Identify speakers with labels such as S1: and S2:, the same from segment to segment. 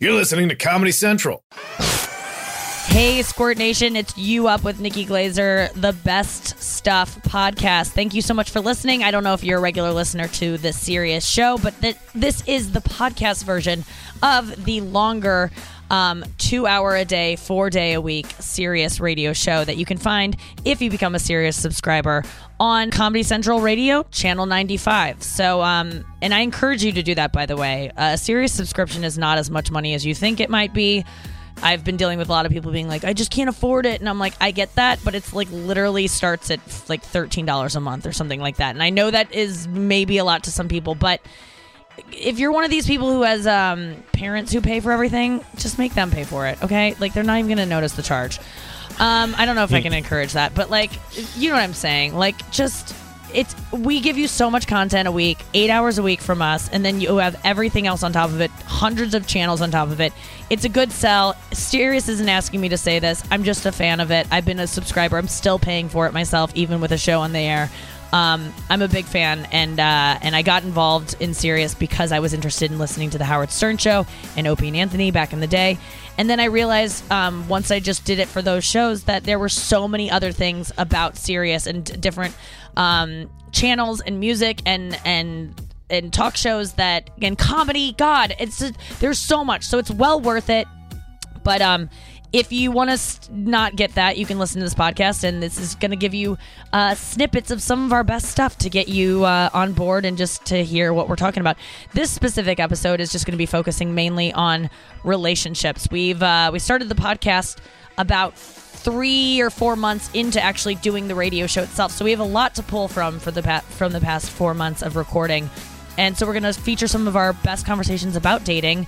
S1: You're listening to Comedy Central.
S2: Hey, Squirt Nation, it's you up with Nikki Glazer, the best stuff podcast. Thank you so much for listening. I don't know if you're a regular listener to this serious show, but th- this is the podcast version of the longer. Um, two hour a day, four day a week serious radio show that you can find if you become a serious subscriber on Comedy Central Radio, Channel 95. So, um, and I encourage you to do that, by the way. a serious subscription is not as much money as you think it might be. I've been dealing with a lot of people being like, I just can't afford it. And I'm like, I get that, but it's like literally starts at like $13 a month or something like that. And I know that is maybe a lot to some people, but if you're one of these people who has um, parents who pay for everything, just make them pay for it, okay? Like, they're not even going to notice the charge. Um, I don't know if I can encourage that, but like, you know what I'm saying? Like, just. It's we give you so much content a week, eight hours a week from us, and then you have everything else on top of it, hundreds of channels on top of it. It's a good sell. Sirius isn't asking me to say this. I'm just a fan of it. I've been a subscriber. I'm still paying for it myself, even with a show on the air. Um, I'm a big fan, and uh, and I got involved in Sirius because I was interested in listening to the Howard Stern show and Opie and Anthony back in the day, and then I realized um, once I just did it for those shows that there were so many other things about Sirius and d- different um, channels and music and and and talk shows that and comedy. God, it's there's so much, so it's well worth it. But um, if you want to st- not get that, you can listen to this podcast, and this is going to give you uh, snippets of some of our best stuff to get you uh, on board and just to hear what we're talking about. This specific episode is just going to be focusing mainly on relationships. We've uh, we started the podcast about three or four months into actually doing the radio show itself, so we have a lot to pull from for the pa- from the past four months of recording, and so we're going to feature some of our best conversations about dating.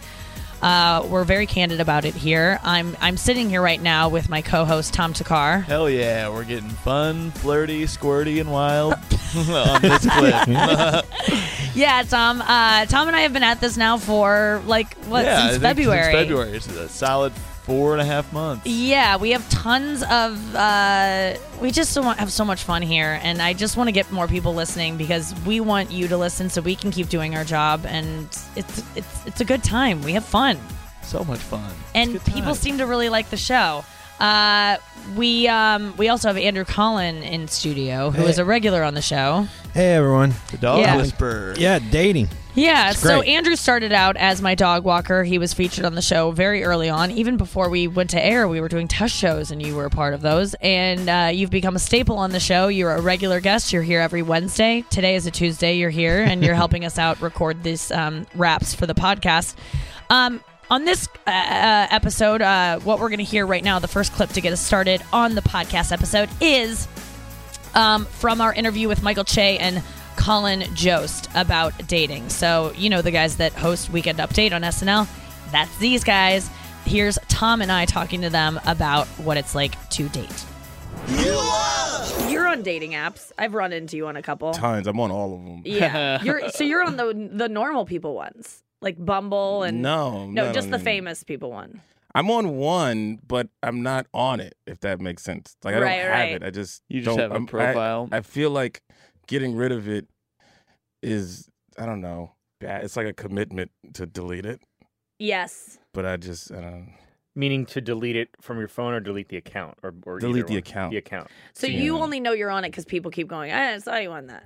S2: Uh, we're very candid about it here. I'm I'm sitting here right now with my co-host Tom Takar.
S3: Hell yeah, we're getting fun, flirty, squirty, and wild on this clip.
S2: Yeah, Tom. Uh, Tom and I have been at this now for like what
S3: yeah, I think
S2: since February.
S3: Since February, it's a solid four and a half months.
S2: Yeah, we have tons of. Uh, we just so mu- have so much fun here, and I just want to get more people listening because we want you to listen so we can keep doing our job, and it's it's it's a good time. We have fun,
S3: So much fun.
S2: and
S3: It's a good
S2: people
S3: time.
S2: seem to really like the show. Uh, we um, we also have Andrew Collin in studio, who is
S4: Hey.
S2: a regular on the show.
S4: Hey everyone.
S3: the dog
S2: Yeah.
S3: whisperer.
S4: Yeah, dating.
S2: Yeah,
S4: It's
S2: so
S4: great.
S2: Andrew started out as my dog walker. He was featured on the show very early on. Even before we went to air, we were doing test shows, and you were a part of those. And uh, you've become a staple on the show. You're a regular guest. You're here every Wednesday. Today is a Tuesday. You're here, and you're helping us out record these um, wraps for the podcast. Um, on this uh, uh, episode, uh, what we're going to hear right now, the first clip to get us started on the podcast episode is um, from our interview with Michael Che and Colin Jost about dating. So, you know, the guys that host Weekend Update on SNL, that's these guys. Here's Tom and I talking to them about what it's like to date. You're on dating apps. I've run into you on a couple.
S5: tons. I'm on all of them.
S2: Yeah. You're so you're on the the normal people ones, like Bumble and
S5: No,
S2: no,
S5: no,
S2: just
S5: no,
S2: the
S5: no.
S2: famous people one.
S5: I'm on one, but I'm not on it. If that makes sense, like I
S2: Right,
S5: don't have
S2: right.
S5: it. I just
S3: You just
S5: don't,
S3: have a
S5: I'm- I-
S3: profile.
S5: I, feel like getting rid of it is I don't know. Bad. It's like a commitment to delete it,
S2: Yes.
S5: but I just I don't.
S6: Meaning to delete it from your phone or delete the account or, or either
S5: Delete the
S6: one.
S5: account.
S6: The account.
S2: So you
S5: Yeah.
S2: only know you're on it because people keep going. I saw you on that.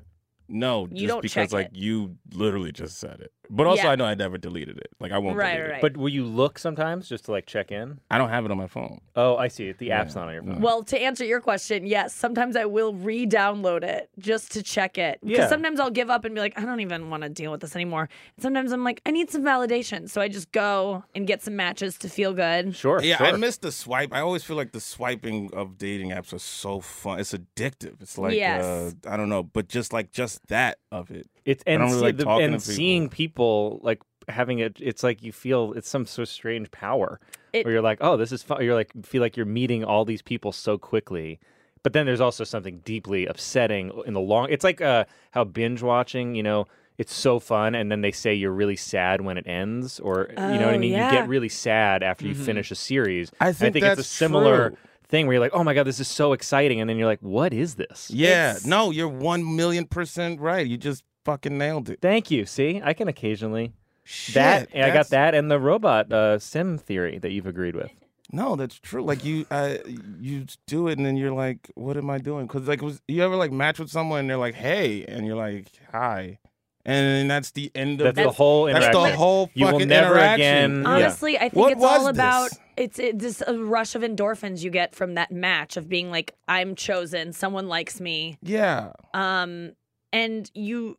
S5: No,
S2: You
S5: just
S2: don't check
S5: because like
S2: it.
S5: you literally just said it. But also
S2: Yeah.
S5: I know I never deleted it. Like I won't
S2: Right,
S5: delete
S2: right.
S5: it.
S6: But will you look sometimes just to like check in?
S5: I don't have it on my phone.
S6: Oh, I see. it. The
S5: Yeah,
S6: app's not on your
S5: no.
S6: phone.
S2: Well, to answer your question, yes, sometimes I will re-download it just to check it. Because
S6: Yeah.
S2: sometimes I'll give up and be like, I don't even want to deal with this anymore. And sometimes I'm like, I need some validation. So I just go and get some matches to feel good.
S6: Sure.
S5: Yeah,
S6: sure.
S5: I miss the swipe. I always feel like the swiping of dating apps are so fun. It's addictive. It's like
S2: Yes.
S5: uh, I don't know, but just like just that of it.
S6: It's
S5: I
S6: and,
S5: don't really
S6: see
S5: like
S6: the-
S5: talking
S6: and
S5: to people.
S6: seeing people like having it. It's like you feel it's some so strange power
S2: It-
S6: where you're like, oh, this is fun. You're like feel like you're meeting all these people so quickly. But then there's also something deeply upsetting in the long. It's like uh, how binge watching. You know, it's so fun, and then they say you're really sad when it ends, or you know what
S2: Oh,
S6: I mean.
S2: yeah.
S6: You get really sad after you finish a series.
S5: Mm-hmm. I
S6: And
S5: think
S6: I think it's a
S5: that's
S6: similar
S5: true.
S6: thing where you're like, oh my god, this is so exciting, and then you're like, what is this?
S5: Yeah,
S2: It's-
S5: no, you're one million percent right. You just fucking nailed it.
S6: Thank you. See, I can occasionally that
S5: Shit,
S6: and I got
S5: that's-
S6: that and the robot uh, sim theory that you've agreed with.
S5: No, that's true. Like you, uh, you do it, and then you're like, "What am I doing?" Because like, was you ever like match with someone and they're like, "Hey," and you're like, "Hi," and then that's the end
S6: That's,
S5: of
S6: the
S5: the.
S6: whole
S5: that's
S6: interaction.
S5: the whole
S6: You will
S5: fucking
S6: never
S5: interaction.
S6: again- Yeah.
S2: Honestly, I think
S5: What
S2: it's all
S5: was
S2: about
S5: this?
S2: it's it, just a rush of endorphins you get from that match of being like, I'm chosen, someone likes me.
S5: Yeah,
S2: Um, and you,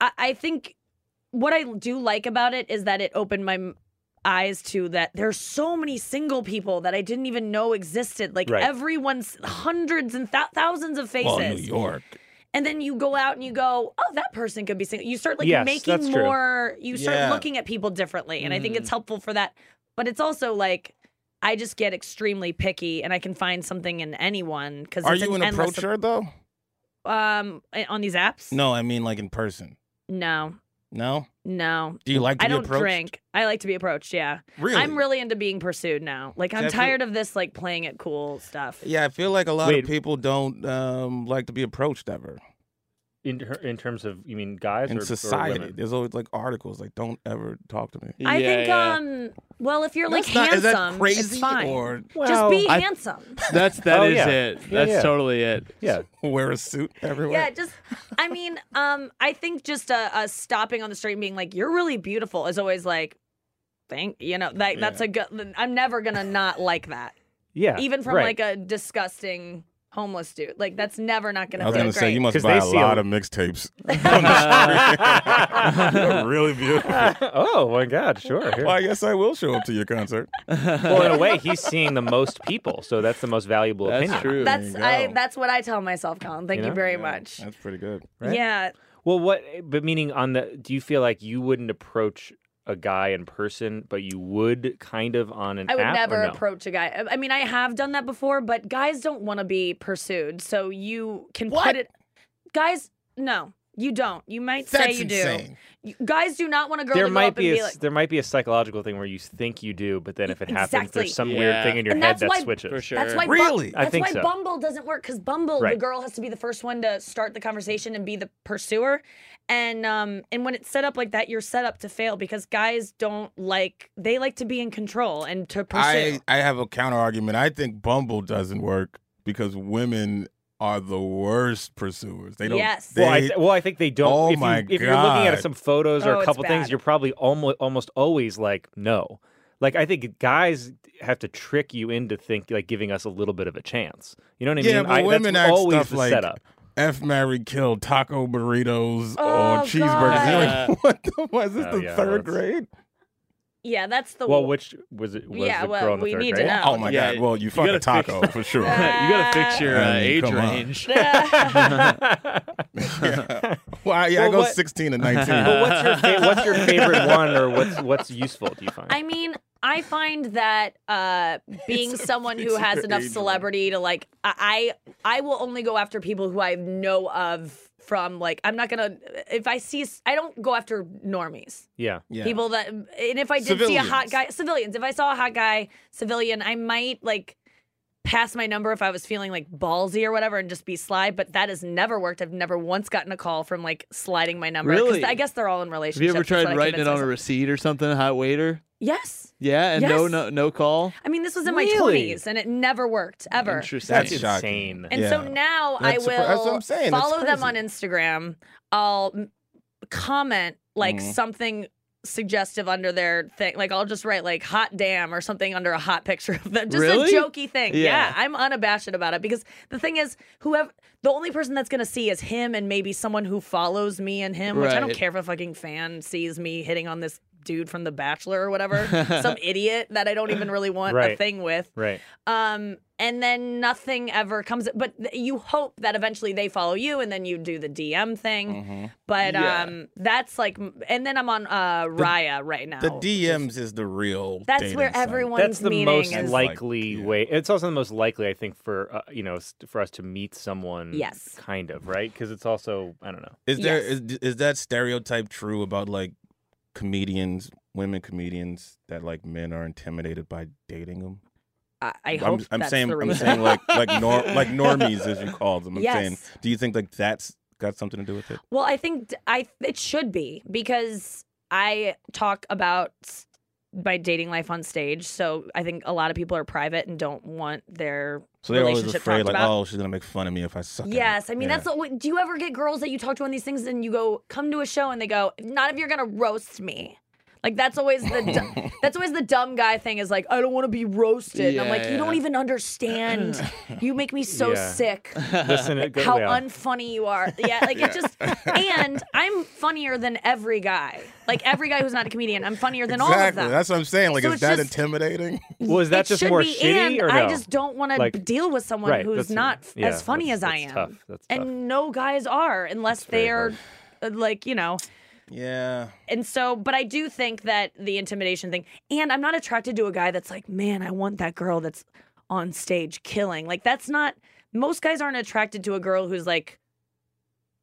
S2: I, I think what I do like about it is that it opened my m- eyes to that there's so many single people that I didn't even know existed. Like
S6: Right.
S2: everyone's hundreds and thou- thousands of faces.
S5: well, New York.
S2: and then you go out and you go, oh, that person could be single. You start like
S6: Yes, that's
S2: making
S6: true.
S2: more. You start
S5: Yeah. Mm-hmm.
S2: looking at people differently, and I think it's helpful for that. But it's also like I just get extremely picky, and I can find something in anyone because
S5: Are
S2: it's
S5: you an
S2: endless-
S5: approacher though?
S2: Um, on these apps?
S5: No, I mean like in person.
S2: no,
S5: No,
S2: no.
S5: do you like to
S2: I
S5: be
S2: don't
S5: approached?
S2: drink. I like to be approached. Yeah,
S5: Really?
S2: I'm really into being pursued now. Like I'm
S5: That's what-
S2: tired of this like playing it cool stuff.
S5: Yeah, I feel like a lot
S6: Wait.
S5: of people don't um, like to be approached ever
S6: in, her- in terms of you mean guys
S5: in
S6: or, or
S5: society.
S6: women?
S5: There's always like articles like "Don't ever talk to me."
S2: I
S7: Yeah,
S2: think
S7: yeah.
S2: um, well, if you're like
S5: That's not-
S2: handsome,
S5: is that
S2: it's
S5: crazy
S2: fine.
S5: or
S2: just be
S7: Oh, I-
S2: handsome.
S7: That's that
S6: Oh,
S7: is
S6: yeah.
S7: it. That's
S6: yeah.
S7: totally it.
S6: yeah.
S5: wear a suit everywhere?
S2: Yeah, just I mean, um, I think just uh, uh stopping on the street and being like, "You're really beautiful," is always like, "Thank you know that that's a good." I'm never gonna not like that,
S6: Yeah.
S2: even from
S6: right.
S2: like a disgusting homeless dude. Like that's never not gonna.
S5: I was
S2: feel
S5: gonna say
S2: great.
S5: you must
S6: 'Cause
S5: buy
S6: they
S5: a
S6: see
S5: lot
S6: a-
S5: of mixtapes. on the street. You're really beautiful.
S6: oh my God! Sure. Here.
S5: Well, I guess I will show up to your concert.
S6: well, in a way, he's seeing the most people, so that's the most valuable
S7: That's
S6: opinion.
S7: true.
S2: That's
S5: you
S2: I.
S5: go.
S2: That's what I tell myself, Colin. Thank
S6: You
S2: you,
S6: know?
S2: very much.
S5: That's pretty good.
S6: right?
S2: Yeah,
S6: Well, what? But meaning on the? Do you feel like you wouldn't approach a guy in person, but you would kind of on an
S2: I would
S6: app?
S2: never
S6: or no?
S2: approach a guy. I- I mean, I have done that before, but guys don't want to be pursued. So you can
S5: What?
S2: put it. Guys, no, you don't. You might say
S5: That's
S2: you
S5: insane.
S2: do. You- Guys do not want a girl
S6: There
S2: to go
S6: might
S2: up
S6: be,
S2: and
S6: a,
S2: be like.
S6: there might be a psychological thing where you think you do, but then if it happens,
S2: Exactly.
S6: there's some weird
S7: Yeah.
S6: thing in your
S2: And
S6: head
S2: that's
S6: that
S2: why-
S6: switches.
S7: For sure.
S2: That's why Bu-
S5: Really?
S6: I
S2: that's
S6: think
S2: why
S6: so.
S2: Bumble doesn't work because Bumble, the
S6: Right.
S2: girl has to be the first one to start the conversation and be the pursuer. And um, and when it's set up like that, you're set up to fail because guys don't like they like to be in control and to pursue.
S5: I, I have a counter argument. I think Bumble doesn't work because women are the worst pursuers. They don't.
S2: Yes.
S5: They,
S6: well, I th- well, I think they don't.
S5: Oh
S6: if you,
S5: my
S6: If you're looking at
S5: God.
S6: some photos
S2: Oh,
S6: or a
S2: it's
S6: couple things,
S2: bad.
S6: you're probably almost almost always like no. Like I think guys have to trick you into think like giving us a little bit of a chance. You know what I
S5: yeah,
S6: mean?
S5: but
S6: I,
S5: women
S6: that's
S5: act
S6: always
S5: stuff
S6: the
S5: like
S6: setup.
S5: F, marry, kill, taco burritos
S2: Oh,
S5: or cheeseburgers. You're
S7: God.
S5: like, what? The, what is this
S6: Oh,
S5: the
S6: yeah,
S5: third
S6: that's-
S5: grade?
S2: yeah, that's the
S6: Well, which was it? Was
S2: Yeah,
S6: the
S2: well,
S6: girl in the
S2: we
S6: third
S2: need to
S6: grade?
S2: know.
S5: Oh my
S7: Yeah,
S5: god! Well, you,
S7: you
S5: fuck
S7: gotta
S5: a
S7: fix-
S5: taco for sure.
S7: you gotta fix your uh,
S5: I mean,
S7: age
S5: come on.
S7: range.
S5: yeah. Well, yeah, I
S6: Well,
S5: go
S6: what-
S5: sixteen and nineteen.
S6: But what's your fa- what's your favorite one, or what's what's useful? Do you find?
S2: I mean, I find that uh, being someone who
S5: it's
S2: has
S5: your
S2: enough
S5: age range.
S2: celebrity to like, I I I will only go after people who I know of from like. I'm not gonna if I see I don't go after normies,
S6: yeah.
S5: yeah.
S2: people that, and if I did see a hot
S5: Civilians.
S2: guy, civilians. If I saw a hot guy, civilian, I might like pass my number if I was feeling like ballsy or whatever and just be sly. But that has never worked. I've never once gotten a call from like sliding my number. 'Cause
S7: Really?
S2: I guess they're all in
S7: Have you
S2: relationships.
S7: ever
S2: That's what
S7: tried
S2: I
S7: writing it
S2: convinced
S7: on a
S2: myself.
S7: receipt or something? Hot waiter.
S2: Yes.
S7: Yeah, and no,
S2: Yes.
S7: no, no call.
S2: I mean, this was in my
S7: Really?
S2: 20s and it never worked ever.
S7: Interesting.
S5: That's
S6: It's
S5: shocking.
S6: insane.
S2: And so
S5: Yeah.
S2: now
S5: That's
S2: I
S5: surpri- that's what
S2: will
S5: I'm saying. That's
S2: follow them on
S5: crazy.
S2: Instagram. I'll m- comment like
S5: Mhm.
S2: something suggestive under their thing. Like I'll just write like hot damn or something under a hot picture of them. Just
S7: Really?
S2: a jokey thing. Yeah.
S7: Yeah.
S2: I'm unabashed about it because the thing is, whoever the only person that's gonna see is him and maybe someone who follows me and him, which I don't
S7: Right.
S2: care if a fucking fan sees me hitting on this dude from The Bachelor or whatever. Some idiot that I don't even really want a
S6: Right.
S2: thing with.
S6: Right.
S2: Um, and then nothing ever comes. But th- you hope that eventually they follow you, and then you do the DM thing. Mm-hmm.
S5: Mm-hmm.
S2: But
S7: Yeah.
S2: um, that's like, and then I'm on uh, Raya right now.
S5: The DMs is the real.
S2: that's
S5: dating
S2: where
S5: site.
S2: everyone's
S6: That's the
S2: meeting
S6: most
S2: is.
S5: like-
S6: likely
S5: yeah.
S6: way. It's also the most likely, I think, for uh, you know, s- for us to meet someone.
S2: Yes.
S6: Kind of right because it's also I don't know.
S5: Is there
S2: Yes.
S5: is is that stereotype true about like comedians, women comedians that like men are intimidated by dating them?
S2: I, I
S5: I'm,
S2: hope
S5: I'm
S2: that's
S5: saying
S2: the
S5: I'm
S2: reason.
S5: saying like like nor, like normies as you call them. I'm
S2: Yes.
S5: saying, do you think like that's got something to do with it?
S2: Well, I think d- I it should be because I talk about s- my dating life on stage, so I think a lot of people are private and don't want their
S5: So they're always
S2: relationship
S5: afraid,
S2: talked
S5: like,
S2: about.
S5: oh, she's gonna make fun of me if I suck. at it."
S2: Yes, I mean
S5: Yeah.
S2: that's. The, do you ever get girls that you talk to on these things and you go come to a show and they go not if you're gonna roast me. Like that's always the du- that's always the dumb guy thing is like I don't want to be roasted. And I'm like
S7: Yeah,
S2: you don't
S7: yeah.
S2: even understand. you make me so
S6: Yeah.
S2: sick.
S6: Listen, it go-
S2: How
S6: yeah.
S2: unfunny you are. Yeah, like it just and I'm funnier than every guy. Like every guy who's not a comedian, I'm funnier than
S5: exactly.
S2: all of them.
S5: That's what I'm saying. Like,
S2: So
S5: is
S2: it's
S5: that
S2: just-
S5: intimidating?
S6: was
S2: It
S6: that just
S2: should
S6: more
S2: be,
S6: shitty
S2: and
S6: or no?
S2: I just don't want to
S6: Like-
S2: deal with someone
S6: Right,
S2: who's
S6: that's-
S2: not f-
S6: yeah,
S2: as funny as
S6: that's-
S2: I
S6: that's
S2: am.
S6: tough, that's tough.
S2: and no guys are unless
S6: very
S2: they are
S6: hard.
S2: uh, like, you know.
S5: yeah.
S2: And so, but I do think that the intimidation thing, and I'm not attracted to a guy that's like, man, I want that girl that's on stage killing. Like, that's not, most guys aren't attracted to a girl who's like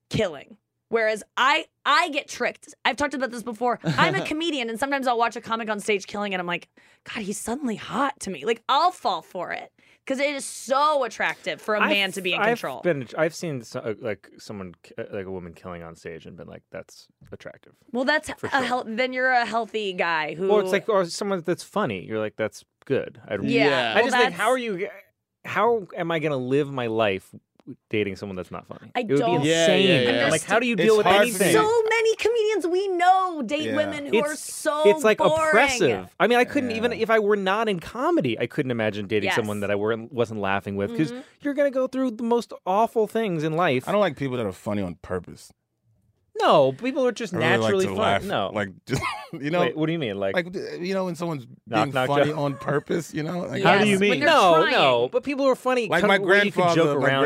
S2: killing. Whereas I, I get tricked. I've talked about this before. I'm a comedian, and sometimes I'll watch a comic on stage killing, and I'm like, God, he's suddenly hot to me. Like, I'll fall for it because it is so attractive for a
S6: I've-
S2: man to be in
S6: I've
S2: control.
S6: been- I've seen so, uh, like someone, ki- uh, like a woman killing on stage, and been like, "That's attractive."
S2: well, that's
S6: For
S2: a
S6: sure.
S2: hel- then you're a healthy guy who.
S6: Or it's like, or someone that's funny. You're like, "That's good." I'd,
S2: yeah.
S7: Yeah.
S6: I
S2: well,
S6: just think,
S2: that's-
S6: how are you? How am I going to live my life dating someone that's not funny?
S2: I
S6: it would
S2: don't-
S6: be
S7: Yeah,
S6: insane.
S7: yeah, yeah.
S6: I'm like, how do you
S5: It's
S6: deal with
S5: hard for
S6: anything?
S5: me.
S2: so many comedians we know date
S5: Yeah.
S2: women who are
S6: It's-
S2: so
S6: it's like
S2: boring.
S6: oppressive. I mean, I couldn't
S5: Yeah.
S6: even if I were not in comedy, I couldn't imagine dating
S2: Yes.
S6: someone that I weren't wasn't laughing with because
S2: Mhm.
S6: you're gonna go through the most awful things in life.
S5: I don't like people that are funny on purpose.
S6: no, people are just
S5: I really
S6: naturally
S5: like to
S6: fun.
S5: laugh.
S6: No,
S5: Like, just, you know,
S6: Wait, what do you mean? Like,
S5: like you know, when someone's
S6: Knock,
S5: being
S6: knock,
S5: funny
S6: knock.
S5: on purpose. You know, like,
S2: How
S5: I
S2: do
S5: don't
S2: you
S5: know.
S2: mean? when they're
S6: No,
S2: trying.
S6: no, but people are funny.
S5: like
S6: kind
S5: my
S6: of where you can joke
S5: grandfather.
S6: around
S5: My
S6: and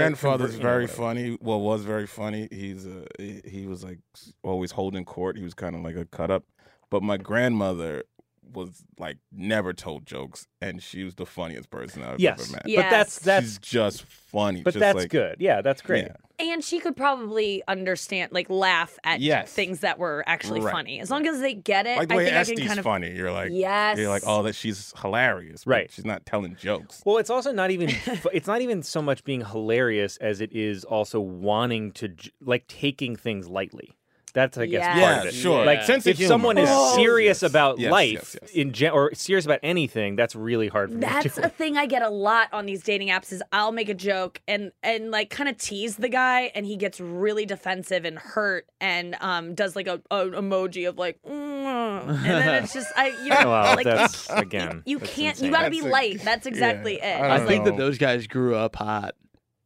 S6: convert,
S5: grandfather's
S6: you know,
S5: very
S6: whatever.
S5: funny. Well, was very funny. He's uh, he, he was like always holding court. He was kind of like a cut up. But my grandmother was like never told jokes, and she was the funniest person I've
S6: Yes,
S5: ever met.
S2: Yeah.
S6: but that's
S5: She's
S6: that's
S5: just funny.
S6: but
S5: just
S6: that's
S5: like,
S6: good. Yeah, that's great.
S5: Yeah.
S2: And she could probably understand, like, laugh at
S5: Yes.
S2: things that were actually
S5: Right.
S2: funny, as long as they get it.
S5: Like the
S2: Eh, I
S5: way
S2: think I
S5: Estee's
S2: can kind of.
S5: funny. You're like,
S2: yes.
S5: you're like, oh, that she's hilarious. but
S6: Right.
S5: She's not telling jokes.
S6: Well, it's also not even fu- it's not even so much being hilarious as it is also wanting to j- like taking things lightly. That's I guess part of
S5: yeah,
S6: it.
S5: sure.
S6: Like
S7: Yeah.
S5: Sense of
S6: if someone
S5: humor.
S6: is
S5: Oh, Yes,
S6: serious
S5: yes,
S6: about
S5: yes,
S6: life
S5: yes, yes.
S6: in gen- or serious about anything, that's really hard for me
S2: That's
S6: to
S2: a
S6: do.
S2: thing I get a lot on these dating apps is I'll make a joke and and like kind of tease the guy and he gets really defensive and hurt and um does like a, a emoji of like mm, and then it's just I you know
S6: Wow,
S2: like
S6: that's again.
S2: you
S6: that's
S2: can't
S6: insane.
S2: you got to
S5: That's
S2: be
S5: a-
S2: light. That's exactly
S5: Yeah,
S2: it.
S5: I
S7: I
S5: don't
S7: think
S5: know.
S7: that those guys grew up hot.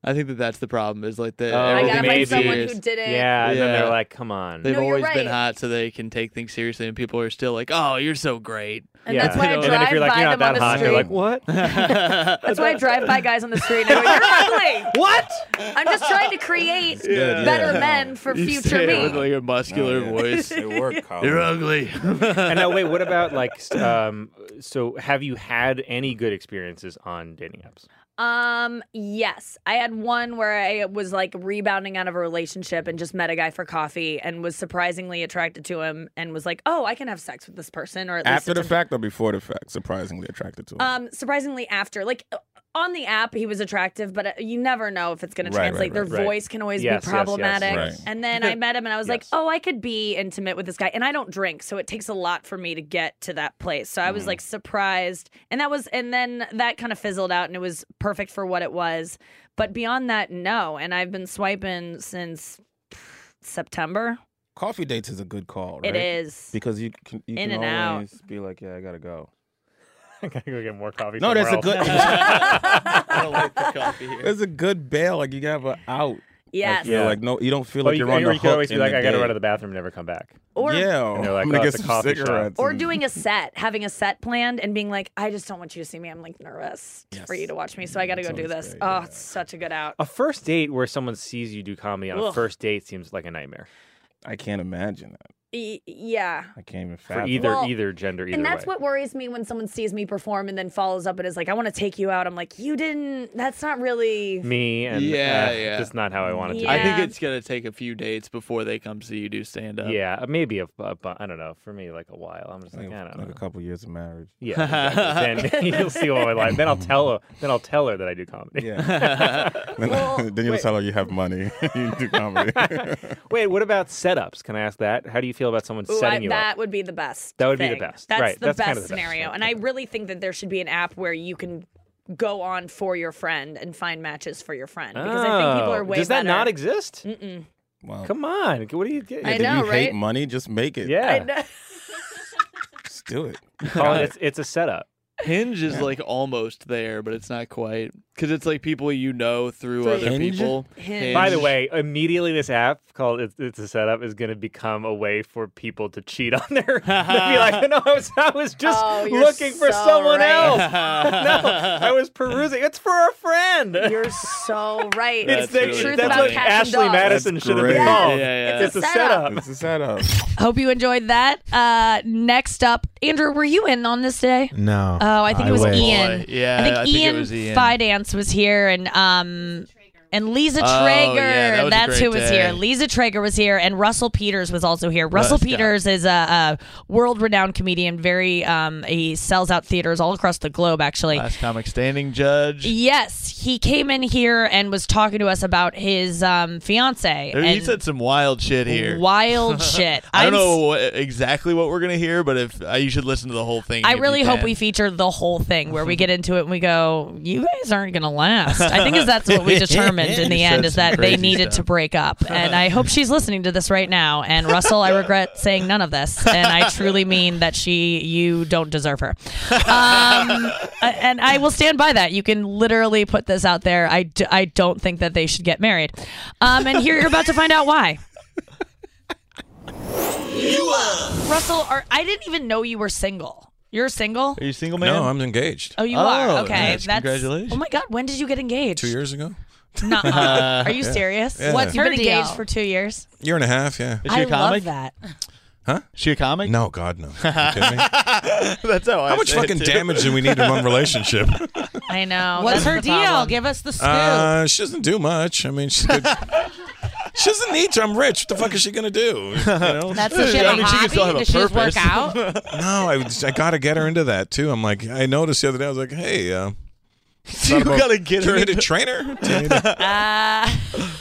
S7: I think that that's the problem. Is like the
S6: Oh,
S2: I gotta
S6: maybe.
S2: find someone who didn't.
S6: Yeah, and then
S7: Yeah.
S6: they're like, "Come on."
S7: They've
S2: No, you're
S7: always been
S2: right.
S7: hot, so they can take things seriously, and people are still like, "Oh, you're so great."
S2: And
S6: yeah.
S2: that's why I
S6: and
S2: drive
S6: then if you're like,
S2: by
S6: "You're not
S2: them on
S6: that
S2: the
S6: hot,"
S2: street.
S6: you're like, "What?"
S2: That's why I drive by guys on the street and I go, You're ugly.
S7: What?
S2: I'm just trying to create
S5: good,
S2: better
S5: yeah.
S2: men for
S7: You say
S2: future
S7: it
S2: me.
S7: with like a muscular
S5: Oh, yeah.
S7: voice.
S5: They work, Colin.
S7: you're ugly.
S6: and now, wait, what about like? s- Um, so, have you had any good experiences on dating apps?
S2: Um, yes. I had one where I was like rebounding out of a relationship and just met a guy for coffee and was surprisingly attracted to him and was like, "Oh, I can have sex with this person or at least
S5: After
S2: it's
S5: the
S2: a-
S5: fact or before the fact, surprisingly attracted to him.
S2: Um, surprisingly after like uh, on the app he was attractive, but uh, you never know if it's going
S5: Right,
S2: to
S5: right,
S2: translate.
S5: right,
S2: Their
S6: right.
S2: voice can always
S6: Yes, yes,
S2: be
S6: yes,
S2: problematic.
S5: yes. Right.
S2: And then I met him and I was like,
S6: Yes.
S2: "Oh, I could be intimate with this guy." And I don't drink, so it takes a lot for me to get to that place. So I
S5: Mm-hmm.
S2: was like surprised. And that was and then that kind of fizzled out and it was perfect for what it was. But beyond that, no. And I've been swiping since September.
S5: Coffee dates is a good call,
S2: It
S5: right?
S2: is.
S5: Because you can, you
S2: In
S5: can
S2: and out.
S5: always be like, yeah, I gotta go.
S6: I gotta go get more coffee.
S5: No, that's a
S6: somewhere else.
S5: good.
S7: I don't like the coffee here.
S5: It's a good bail. Like you have an out.
S2: Yes.
S5: You're
S6: Yeah.
S5: like no, you don't feel
S6: Or
S5: like
S6: you,
S5: you're on
S6: or
S5: the
S6: you could always
S5: hook.
S6: be like, "I gotta run to the bathroom, and never come back."
S2: Or
S5: yeah,
S6: And they're like,
S5: I'm
S6: "Oh,
S5: gonna
S6: it's a
S5: get some
S6: coffee shop."
S5: cigarettes.
S2: or
S5: and-
S2: doing a set, having a set planned and being like, I just don't want you to see me. I'm like nervous for you to watch me, so
S6: Mm-hmm.
S2: I got to go
S5: That's
S2: do
S5: always
S2: this.
S5: great,
S2: oh,
S5: yeah.
S2: it's such a good out.
S6: A first date where someone sees you do comedy on a
S2: Ugh.
S6: first date seems like a nightmare
S5: I can't imagine that.
S2: E- yeah.
S5: I can't even
S6: for
S5: fathom.
S6: either
S2: Well,
S6: either gender. Either
S2: and that's
S6: way.
S2: what worries me when someone sees me perform and then follows up and is like, I want to take you out. I'm like, you didn't, that's not really.
S6: me and
S7: Yeah,
S6: uh,
S7: yeah.
S6: just not how I wanted
S2: Yeah.
S7: I
S6: to.
S7: think it's gonna take a few dates before they come see you do stand up.
S6: do it. Yeah, uh, maybe a, a, bu- I don't know. For me, like a while, I'm just
S5: Like,
S6: like, I don't
S5: like a
S6: know.
S5: couple years of marriage.
S6: Yeah, exactly. then you'll see all my life. Then I'll tell her. Then I'll tell her that I do comedy.
S5: Yeah. then, then you'll tell her you have money. you do comedy.
S6: Wait, what about setups? Can I ask that? How do you feel feel about someone
S4: Ooh,
S6: setting
S4: I-
S6: you
S4: that
S6: up.
S4: would be the best.
S6: That would be the
S4: thing.
S6: best.
S4: That's
S6: Right,
S4: the
S6: that's
S4: best
S6: kind of the best,
S4: scenario.
S6: right,
S4: And I really think that there should be an app where you can go on for your friend and find matches for your friend because I think people
S6: Oh,
S4: are way
S6: Does that
S4: better.
S6: not exist?
S4: Mm-mm.
S5: Wow.
S6: Come on. What do you get?
S4: I
S5: If
S4: know,
S5: you
S4: right?
S5: hate money, just make it.
S4: I
S6: Yeah.
S4: know.
S5: Just do it.
S6: Oh, it's, it's a setup.
S7: Hinge is
S5: Yeah.
S7: like almost there, but it's not quite because it's like people you know through
S4: Through
S7: other
S5: Hinge?
S7: people.
S4: Hinge.
S6: By the way, immediately this app called It's, it's a Setup is going to become a way for people to cheat on their. They'd be like, no, I was, I was just
S4: Oh, you're
S6: looking for
S4: so
S6: someone
S4: right.
S6: else. no, I was perusing. It's for a friend.
S4: You're so right.
S7: That's
S6: it's the
S7: really
S6: truth
S7: funny.
S6: that's
S7: about
S6: what
S7: cats
S4: and
S6: Ashley
S4: dogs.
S6: Madison
S5: That's
S6: should have
S5: great.
S6: been called.
S7: Yeah, yeah,
S6: It's,
S4: yeah.
S6: a setup.
S5: It's a setup.
S2: Hope you enjoyed that. Uh, next up, Andrew, were you in on this day?
S1: No.
S2: Oh, I think it was
S1: wish.
S2: Ian.
S7: Boy, yeah,
S2: I think
S7: I think it
S2: Ian,
S7: was Ian.
S2: Fidance was here, and um, and Lisa Traeger.
S7: Oh, yeah, that was a
S2: That's
S7: great
S2: who was
S7: day.
S2: here. Lisa Traeger was here, and Russell Peters was also here. Russell
S7: Russ, yeah.
S2: Peters is a, a world-renowned comedian. Very, um, he sells out theaters all across the globe, actually.
S7: Last comic standing judge.
S2: Yes, he came in here and was talking to us about his um, fiance.
S7: There- He
S2: and
S7: said some wild shit here.
S2: Wild shit.
S7: I don't
S2: I'm
S7: know what, exactly what we're gonna hear, but if uh, you should listen to the whole thing.
S2: I
S7: if you
S2: really hope
S7: can.
S2: we feature the whole thing where we get into it and we go, you guys aren't going to last. I think is that's what we determined in the
S7: You
S2: end
S7: said
S2: is that
S7: some
S2: they
S7: crazy
S2: needed to
S7: stuff.
S2: break up. And I hope she's listening to this right now. And Russell, I regret saying none of this. And I truly mean that she, you don't deserve her. Um, I- and I will stand by that. You can literally put this out there. I, d- I don't think that they should get married. Um, and here you're about to find out why. Russell, are, I didn't even know you were single. You're single?
S7: Are you single man?
S8: No, I'm engaged.
S2: Oh, you
S7: Oh,
S2: are. Okay,
S7: nice.
S2: that's
S7: Congratulations.
S2: Oh my God, when did you get engaged?
S8: Two years ago, Uh,
S2: Nuh-uh. are you serious?
S8: Yeah. What's
S2: You've
S9: her
S2: been
S9: deal?
S2: engaged for two years.
S8: year and a half. Yeah.
S7: Is she
S2: I
S7: a comic?
S2: love that.
S7: Is she a comic?
S8: No, God, no. Are you kidding me?
S7: That's how. I
S8: How much
S7: say it,
S8: fucking
S7: too.
S8: damage do we need in one relationship?
S2: I know.
S9: What's
S2: that's
S9: her
S2: the
S9: deal?
S2: problem.
S9: Give us the scoop.
S8: Uh, she doesn't do much. I mean, she, could, she doesn't need to. I'm rich. What the fuck is she gonna do? You know?
S9: That's does she
S7: I
S9: have a
S7: mean, she
S9: hobby?
S7: can still have a
S9: Does she just work
S7: purpose.
S9: out?
S8: No, I, I gotta get her into that too. I'm like, I noticed the other day. I was like, hey, uh,
S7: You gotta get
S8: do you
S7: her.
S8: need a
S7: into-
S8: trainer? Do you need a-
S2: Uh,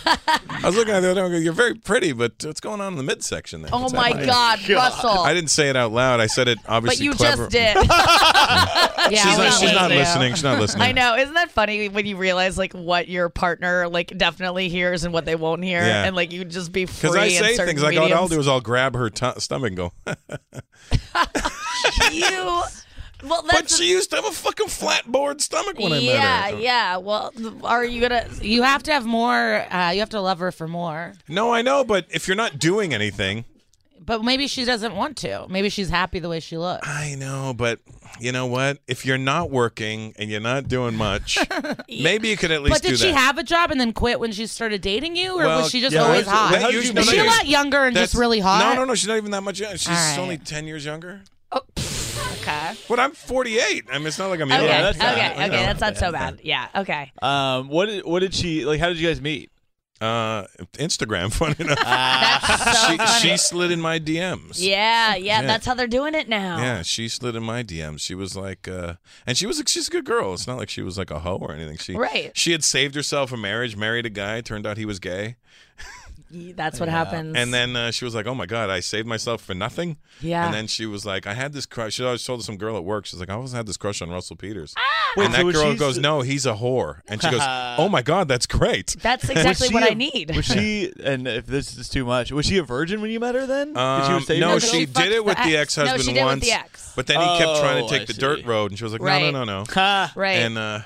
S8: I was looking at the other one. I go, You're very pretty, but what's going on in the midsection there?
S9: Oh
S8: What's
S9: my
S8: happening?"
S9: God,
S8: I
S9: Russell!
S8: didn't say it out loud. I said it
S9: But
S8: obviously.
S9: you
S8: clever.
S9: just did. yeah,
S8: She's,
S9: we're
S8: like, she's not
S9: leaving you.
S8: listening. She's not listening.
S2: I know. Isn't that funny when you realize like what your partner like definitely hears and what they won't hear,
S8: Yeah.
S2: and like you just be free.
S8: Because I
S2: in
S8: say
S2: certain
S8: things like, all I'll
S2: mediums.
S8: do is I'll grab her t- stomach and go,
S9: You.
S2: Well,
S8: but
S2: that's
S8: she used to have a fucking flat board stomach when I met
S9: Yeah,
S8: her.
S9: yeah. Well, are you gonna? You have to have more. Uh, you have to love her for more.
S8: No, I know, but if you're not doing anything,
S9: But maybe she doesn't want to. Maybe she's happy the way she looks.
S8: I know, but you know what? If you're not working and you're not doing much, maybe you could at least
S9: But did
S8: do
S9: she
S8: that.
S9: have a job and then quit when she started dating you, or
S8: Well,
S9: was she just
S8: yeah,
S9: always
S8: that-
S9: hot?
S8: that
S9: Is
S8: usually-
S9: she a lot younger and just
S8: That's-
S9: really hot?
S8: No, no, no. She's not even that much younger. She's
S9: right. Oh,
S8: only 10 years younger.
S9: Okay.
S8: But I'm 48. I mean, it's not like I'm young.
S2: okay.
S7: Yeah,
S2: okay,
S7: that's not-
S2: okay,
S7: you know,
S2: that's not so
S7: that's
S2: bad. Yeah, okay.
S7: Um, what did what did she like? How did you guys meet? Ah.
S8: Uh, Instagram, funny enough.
S9: That's so
S8: she,
S9: funny.
S8: she slid in my DMs.
S2: Yeah, yeah,
S8: Yeah.
S2: that's how they're doing it now.
S9: Oh.
S8: Yeah, she slid in my DMs. She was like, uh, and she was she's a good girl. It's not like she was like a hoe or anything. She
S2: Right.
S8: She had saved herself a marriage, married a guy. Turned out he was gay,
S2: Y- That's what happens.
S8: and then uh, she was like, "Oh my god, I saved myself for nothing."
S2: yeah.
S8: And then she was like, "I had this crush." She always told some girl at work, she's like, "I always had this crush on Russell Peters."
S9: Ah.
S7: Wait,
S8: and
S7: so
S8: that
S7: was
S8: girl
S7: she-
S8: goes, "No, he's a whore," and she goes, "Oh my god, that's great."
S2: that's exactly
S7: she
S2: what
S7: a-
S2: I need.
S7: Was she? And if this is too much, was she a virgin when you met her? Then 'Cause you were
S8: Um,
S7: saving
S8: no,
S7: her?
S8: she
S9: fucked
S8: did it with
S9: the
S8: the
S9: ex.
S8: ex-husband
S9: No, she did it with
S8: once,
S9: the ex.
S8: but then he kept trying
S7: Oh,
S8: to take
S7: I
S8: the
S7: see.
S8: dirt road, and she was like, "No,
S2: Right.
S8: no, no, no."
S7: Ha.
S2: Right.
S8: And uh,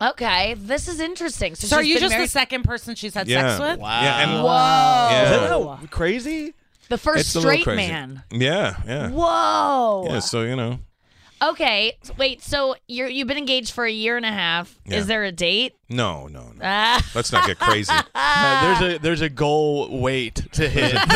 S2: okay, this is interesting. So,
S9: So are
S2: she's
S9: you
S2: been
S9: just the
S2: married-
S9: second person she's had
S8: um, Yeah.
S9: sex with?
S7: Wow.
S8: yeah, and
S2: Whoa.
S8: Yeah.
S7: Is that how crazy?
S2: The first
S8: It's a little
S2: straight
S8: crazy.
S2: man.
S8: yeah, yeah.
S2: Whoa.
S8: Yeah, so you know,
S2: Okay. Wait. So you're you've been engaged for a year and a half.
S8: Yeah.
S2: Is there a date?
S8: no, no, no.
S2: Ah.
S8: Let's not get crazy.
S7: No, there's a there's a goal weight to hit.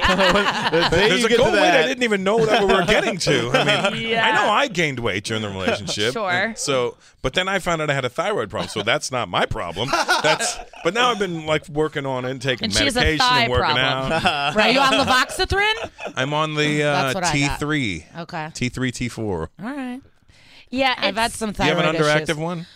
S7: The day
S8: There's
S7: you
S8: a
S7: get to
S8: goal weight
S7: that-
S8: I didn't even know that we were getting to. I mean, I know I gained weight during the relationship.
S2: Sure.
S8: and So, but then I found out I had a thyroid problem. So that's not my problem. That's. But now I've been like working on it and taking
S2: And she has a
S8: medication
S2: thigh
S8: and working
S2: problem.
S8: out.
S9: Right. Are you on Lavoxitrin?
S8: I'm on the uh,
S9: That's what I got.
S8: T3,
S9: Okay.
S8: T3, T4.
S9: All right.
S2: Yeah.
S9: I've
S2: it's-
S9: had some
S8: Do you
S9: thyroid
S8: have an underactive
S9: issues.
S8: one?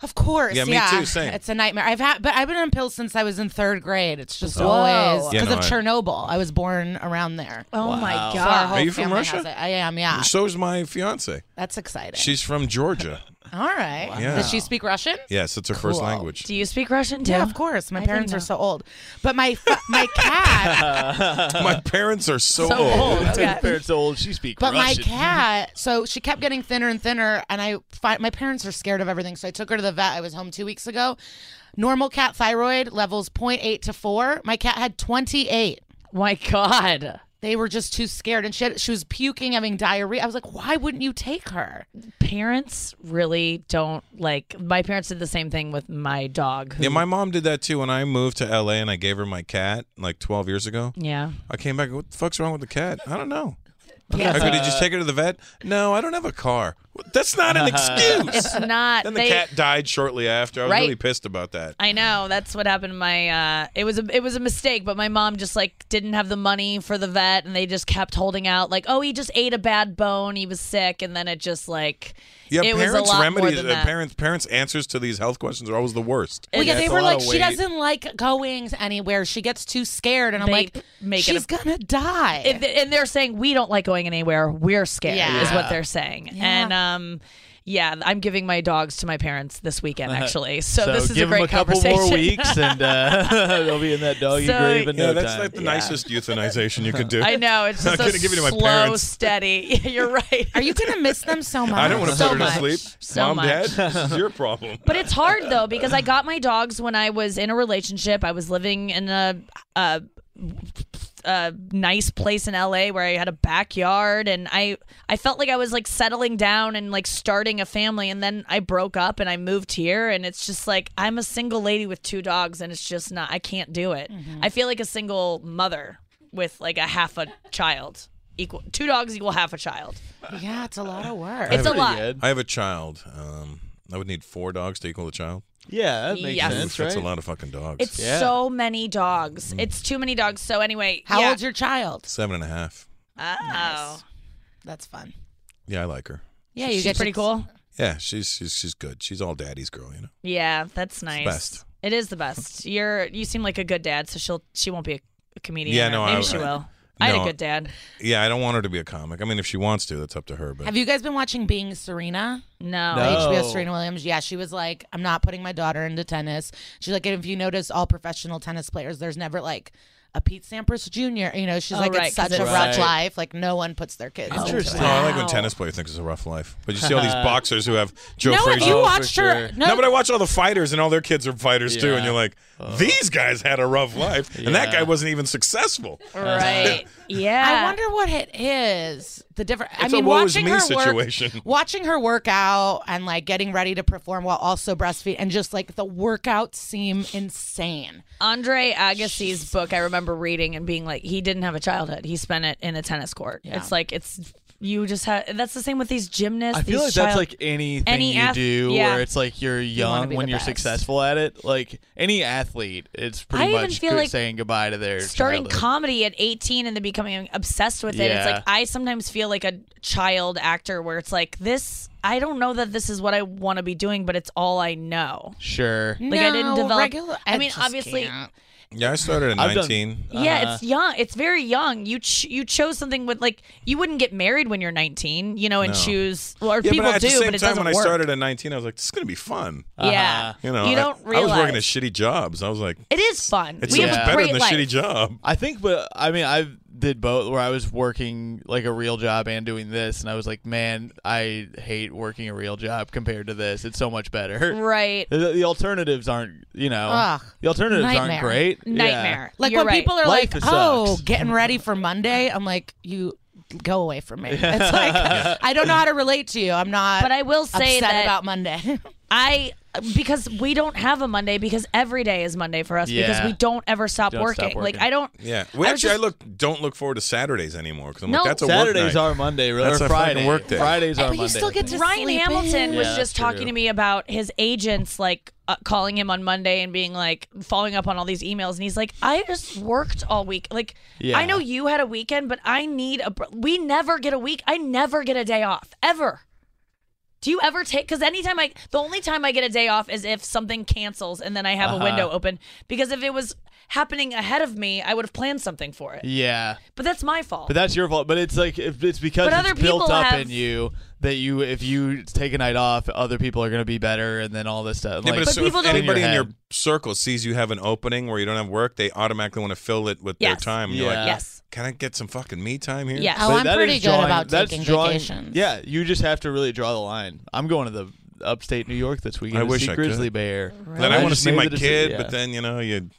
S9: Of course,
S8: Yeah,
S9: yeah.
S8: me too, same.
S9: It's a nightmare. I've had, but I've been on pills since I was in third grade. It's just
S2: Whoa.
S9: always
S8: Yeah,
S9: because of
S8: no, I-
S9: Chernobyl. I was born around there.
S2: Oh my
S7: Wow.
S9: So our
S2: god.
S9: whole
S8: Are you from
S9: family
S8: Russia?
S9: has it. I am. Yeah,
S8: So is my fiance.
S9: that's exciting.
S8: She's from Georgia.
S9: All right.
S8: Yeah.
S9: Does she speak Russian?
S8: Yes, it's her first
S9: Cool.
S8: language.
S2: Do you speak Russian too?
S9: Yeah, of course. My
S2: I didn't
S9: parents are
S2: know.
S9: so old, but my fa- my cat,
S8: My parents are so,
S2: So
S8: old.
S2: old.
S7: That's
S2: Yeah.
S7: parents old. She speaks
S9: but my
S7: Russian.
S9: cat. So she kept getting thinner and thinner, and I fi- my parents are scared of everything. So I took her to the vet. I was home two weeks ago. Normal cat thyroid levels 0.8 to four. My cat had 28.
S2: My god.
S9: They were just too scared, and she had, she was puking, having diarrhea. I was like, why wouldn't you take her?
S2: Parents really don't like my parents did the same thing with my dog. who-
S8: Yeah, my mom did that too when I moved to LA and I gave her my cat like 12 years ago.
S2: Yeah.
S8: I came back. What the fuck's wrong with the cat? I don't know.
S9: Yeah.
S8: I go, did you
S7: Uh,
S8: just take her to the vet? No, I don't have a car. "Well, That's not an excuse.
S2: It's not
S8: then the
S2: they-
S8: cat died shortly after. I was
S2: Right.
S8: really pissed about that.
S2: I know that's what happened. To my uh, it was a it was a mistake, but my mom just like didn't have the money for the vet, and they just kept holding out. Like, oh, he just ate a bad bone, he was sick, and then it just like
S8: Yeah,
S2: it was
S8: parents'
S2: a lot
S8: remedies,
S2: more than
S8: uh,
S2: that.
S8: parents' parents' answers to these health questions are always the worst.
S9: Well, yeah,
S2: It's-
S9: they
S7: a
S9: were
S7: lot
S9: like,
S7: of
S9: she
S7: weight.
S9: doesn't like going anywhere. She gets too scared, and I'm
S2: They
S9: like,
S2: make it
S9: she's
S2: a-
S9: gonna die.
S2: and th- and they're saying we don't like going anywhere. We're scared,
S9: Yeah.
S2: is what they're saying. And um, yeah, I'm giving my dogs to my parents this weekend
S8: Uh-huh.
S2: actually. So,
S7: So
S2: this is a
S7: give
S2: great
S7: him a couple
S2: conversation.
S7: more weeks, and uh, they'll be in that doggy
S2: So-
S7: grave in
S8: Yeah,
S7: no
S8: that's
S7: time.
S8: like the nicest euthanization you could do.
S2: I know it's
S8: I'm
S2: just a
S8: gonna give it to my
S2: slow,
S8: parents.
S2: steady. You're right.
S9: Are you gonna miss them so much?
S8: I don't want to
S2: So
S8: put her
S2: much.
S8: to sleep.
S2: So
S8: Mom,
S2: much.
S8: Dad, this is your problem.
S2: But it's hard though because I got my dogs when I was in a relationship. I was living in a a, a nice place in LA where I had a backyard and I I felt like I was like settling down and like starting a family and then I broke up and I moved here and it's just like I'm a single lady with two dogs and it's just not I can't do it. I feel like a single mother with like a half a child. Equal two dogs equal half a child.
S9: Yeah, it's a lot of work.
S2: It's a
S7: Pretty
S2: lot.
S7: good.
S8: I have a child. Um, I would need four dogs to equal a child.
S7: Yeah, that makes
S2: Yes.
S7: sense,
S8: That's
S7: right?
S8: a lot of fucking dogs.
S2: It's
S7: Yeah.
S2: so many dogs.
S7: Mm.
S2: It's too many dogs. So anyway,
S9: How
S2: yeah.
S9: old's your child?
S8: Seven and a half.
S2: Oh,
S9: That's fun.
S8: Yeah, I like her.
S9: Yeah, you
S2: she's
S9: get
S2: pretty
S9: to-
S2: cool.
S8: Yeah, she's she's she's good. She's all daddy's girl, you know.
S2: Yeah, that's nice.
S8: best.
S2: It is the best. You're you seem like a good dad, so she'll she won't be a, a comedian.
S8: Yeah,
S2: or
S8: no, I-
S2: maybe she
S8: I-
S2: will. I had a
S8: no.
S2: good dad.
S8: Yeah, I don't want her to be a comic. I mean, if she wants to, that's up to her. But
S9: Have you guys been watching Being Serena?
S2: No,
S7: No.
S9: HBO
S7: Oh.
S9: Serena Williams. Yeah, she was like, I'm not putting my daughter into tennis. She's like, and if you notice all professional tennis players, there's never like a Pete Sampras Jr. You know, she's
S2: Oh,
S9: like,
S2: right,
S9: it's such
S2: 'cause
S9: a
S2: it's-
S9: rough
S7: Right.
S9: life. Like, no one puts their kids. into it.
S7: Interesting.
S8: no, I like when
S2: Wow.
S8: tennis player thinks it's a rough life. But you see all these boxers who have Joe
S9: No, if
S8: Frazier.
S9: you
S7: Oh, for
S9: watched her,
S7: sure.
S9: no,
S8: but I watch all the fighters, and all their kids are fighters too. And
S7: Yeah. Uh.
S8: you're like, these guys had a rough life, and that
S7: Yeah.
S8: guy wasn't even successful.
S2: right? yeah.
S9: I wonder what it is. The different. I
S8: It's a
S9: mean,
S8: woe is
S9: watching
S8: me
S9: her
S8: situation.
S9: work, watching her work out, and like getting ready to perform while also breastfeed, and just like the workouts seem insane.
S2: Andre Agassi's book. I remember reading and being like, he didn't have a childhood. He spent it in a tennis court. It's like it's you just have. That's the same with these gymnasts.
S7: I feel like
S2: these
S7: that's
S2: child-
S7: like anything
S2: any
S7: you
S2: ath-
S7: do
S2: yeah.
S7: where it's like you're
S2: wanna
S7: young
S2: be
S7: when
S2: the
S7: you're
S2: best.
S7: successful at it. Like any athlete, it's pretty
S2: I even
S7: much
S2: feel
S7: good
S2: like
S7: saying goodbye to their
S2: starting
S7: childhood.
S2: comedy at 18 and then becoming obsessed with it it's
S7: Yeah.
S2: like i sometimes feel like a child actor where it's like this i don't know that this is what i want to be doing but it's all i know
S7: Sure.
S2: Like, I didn't
S9: No,
S2: develop-
S9: regular-
S2: I mean,
S9: just
S2: obviously-
S9: can't.
S8: Yeah, I started at
S7: I've done- Uh-huh.
S8: 19.
S2: yeah it's young it's very young you ch- you chose something with like you wouldn't get married when you're 19 you know and
S8: No.
S2: choose or
S8: Yeah,
S2: people
S8: but at
S2: do
S8: the same
S2: but it
S8: time,
S2: doesn't
S8: when I
S2: work
S8: started at 19, I was like, this is gonna be fun.
S7: Uh-huh.
S2: yeah
S8: You know,
S2: you
S8: I-
S2: don't realize
S8: I was working at shitty jobs. I was like,
S2: it is fun
S8: it's
S2: we
S8: so
S2: have
S8: much
S2: a
S8: better
S2: great
S8: than the
S2: life
S8: shitty job.
S7: I think, but I mean, I did both where I was working like a real job and doing this, and I was like, man, I hate working a real job compared to this. It's so much better.
S2: right
S7: The, the alternatives aren't, you know,
S9: Ugh.
S7: Oh. the alternatives
S9: Nightmare.
S7: aren't great. Yeah.
S2: nightmare
S9: Like
S2: You're
S9: when
S2: right.
S9: people are
S7: Life
S9: like,
S7: sucks.
S9: "Oh, getting ready for Monday," I'm like, "You go away from me." It's like I don't know how to relate to you. I'm not.
S2: but i will say
S9: upset
S2: that
S9: about Monday.
S2: I because we don't have a Monday because every day is Monday for us because
S7: Yeah.
S2: we don't ever stop,
S7: Don't
S2: working.
S7: stop
S2: Like
S7: working.
S2: I don't.
S8: Yeah, we
S2: I was
S8: actually I
S2: just-
S8: look don't look forward to Saturdays anymore because I'm
S2: No.
S8: like that's a
S7: Saturdays
S8: work night.
S7: are Monday, or
S8: That's a fucking
S7: Friday.
S8: work day.
S7: Fridays are
S9: but you
S7: Monday.
S9: still
S7: I
S9: get
S7: think.
S9: to
S2: Ryan
S9: sleep
S2: Hamilton
S9: in.
S2: was just
S7: Yeah, that's
S2: talking
S7: true.
S2: to me about his agents like uh, calling him on Monday and being like following up on all these emails and he's like I just worked all week. Like
S7: Yeah.
S2: I know you had a weekend but I need a br- we never get a week. I never get a day off ever. Do you ever take? Because anytime I, the only time I get a day off is if something cancels and then I have a
S7: Uh-huh.
S2: window open. Because if it was happening ahead of me, I would have planned something for it.
S7: Yeah.
S2: But that's my fault.
S7: But that's your fault. But it's like if it's because
S2: But
S7: it's
S2: other
S7: built
S2: people
S7: up
S2: have-
S7: in you that you if you take a night off, other people are gonna be better, and then all this stuff.
S8: Yeah,
S7: like,
S8: but,
S2: But
S8: so
S2: people
S8: if
S2: don't-
S8: anybody in your
S7: head.
S8: circle sees you have an opening where you don't have work, they automatically want to fill it with their
S2: Yes.
S8: time. You're
S7: Yeah.
S8: like,
S2: yes.
S8: can I get some fucking me time here?
S2: Yes.
S9: Oh,
S7: But
S9: I'm
S7: that
S9: pretty
S7: is
S9: good
S7: drawing-
S9: about
S7: that's
S9: taking
S7: drawing-
S9: vacations.
S7: Yeah, you just have to really draw the line. I'm going to the upstate New York this weekend
S8: I
S7: to
S8: wish
S7: see
S8: I could.
S7: grizzly bear.
S8: Then I, want to
S7: just
S8: see
S7: made
S8: my
S7: the deci-
S8: kid,
S7: yeah.
S8: but then you know you.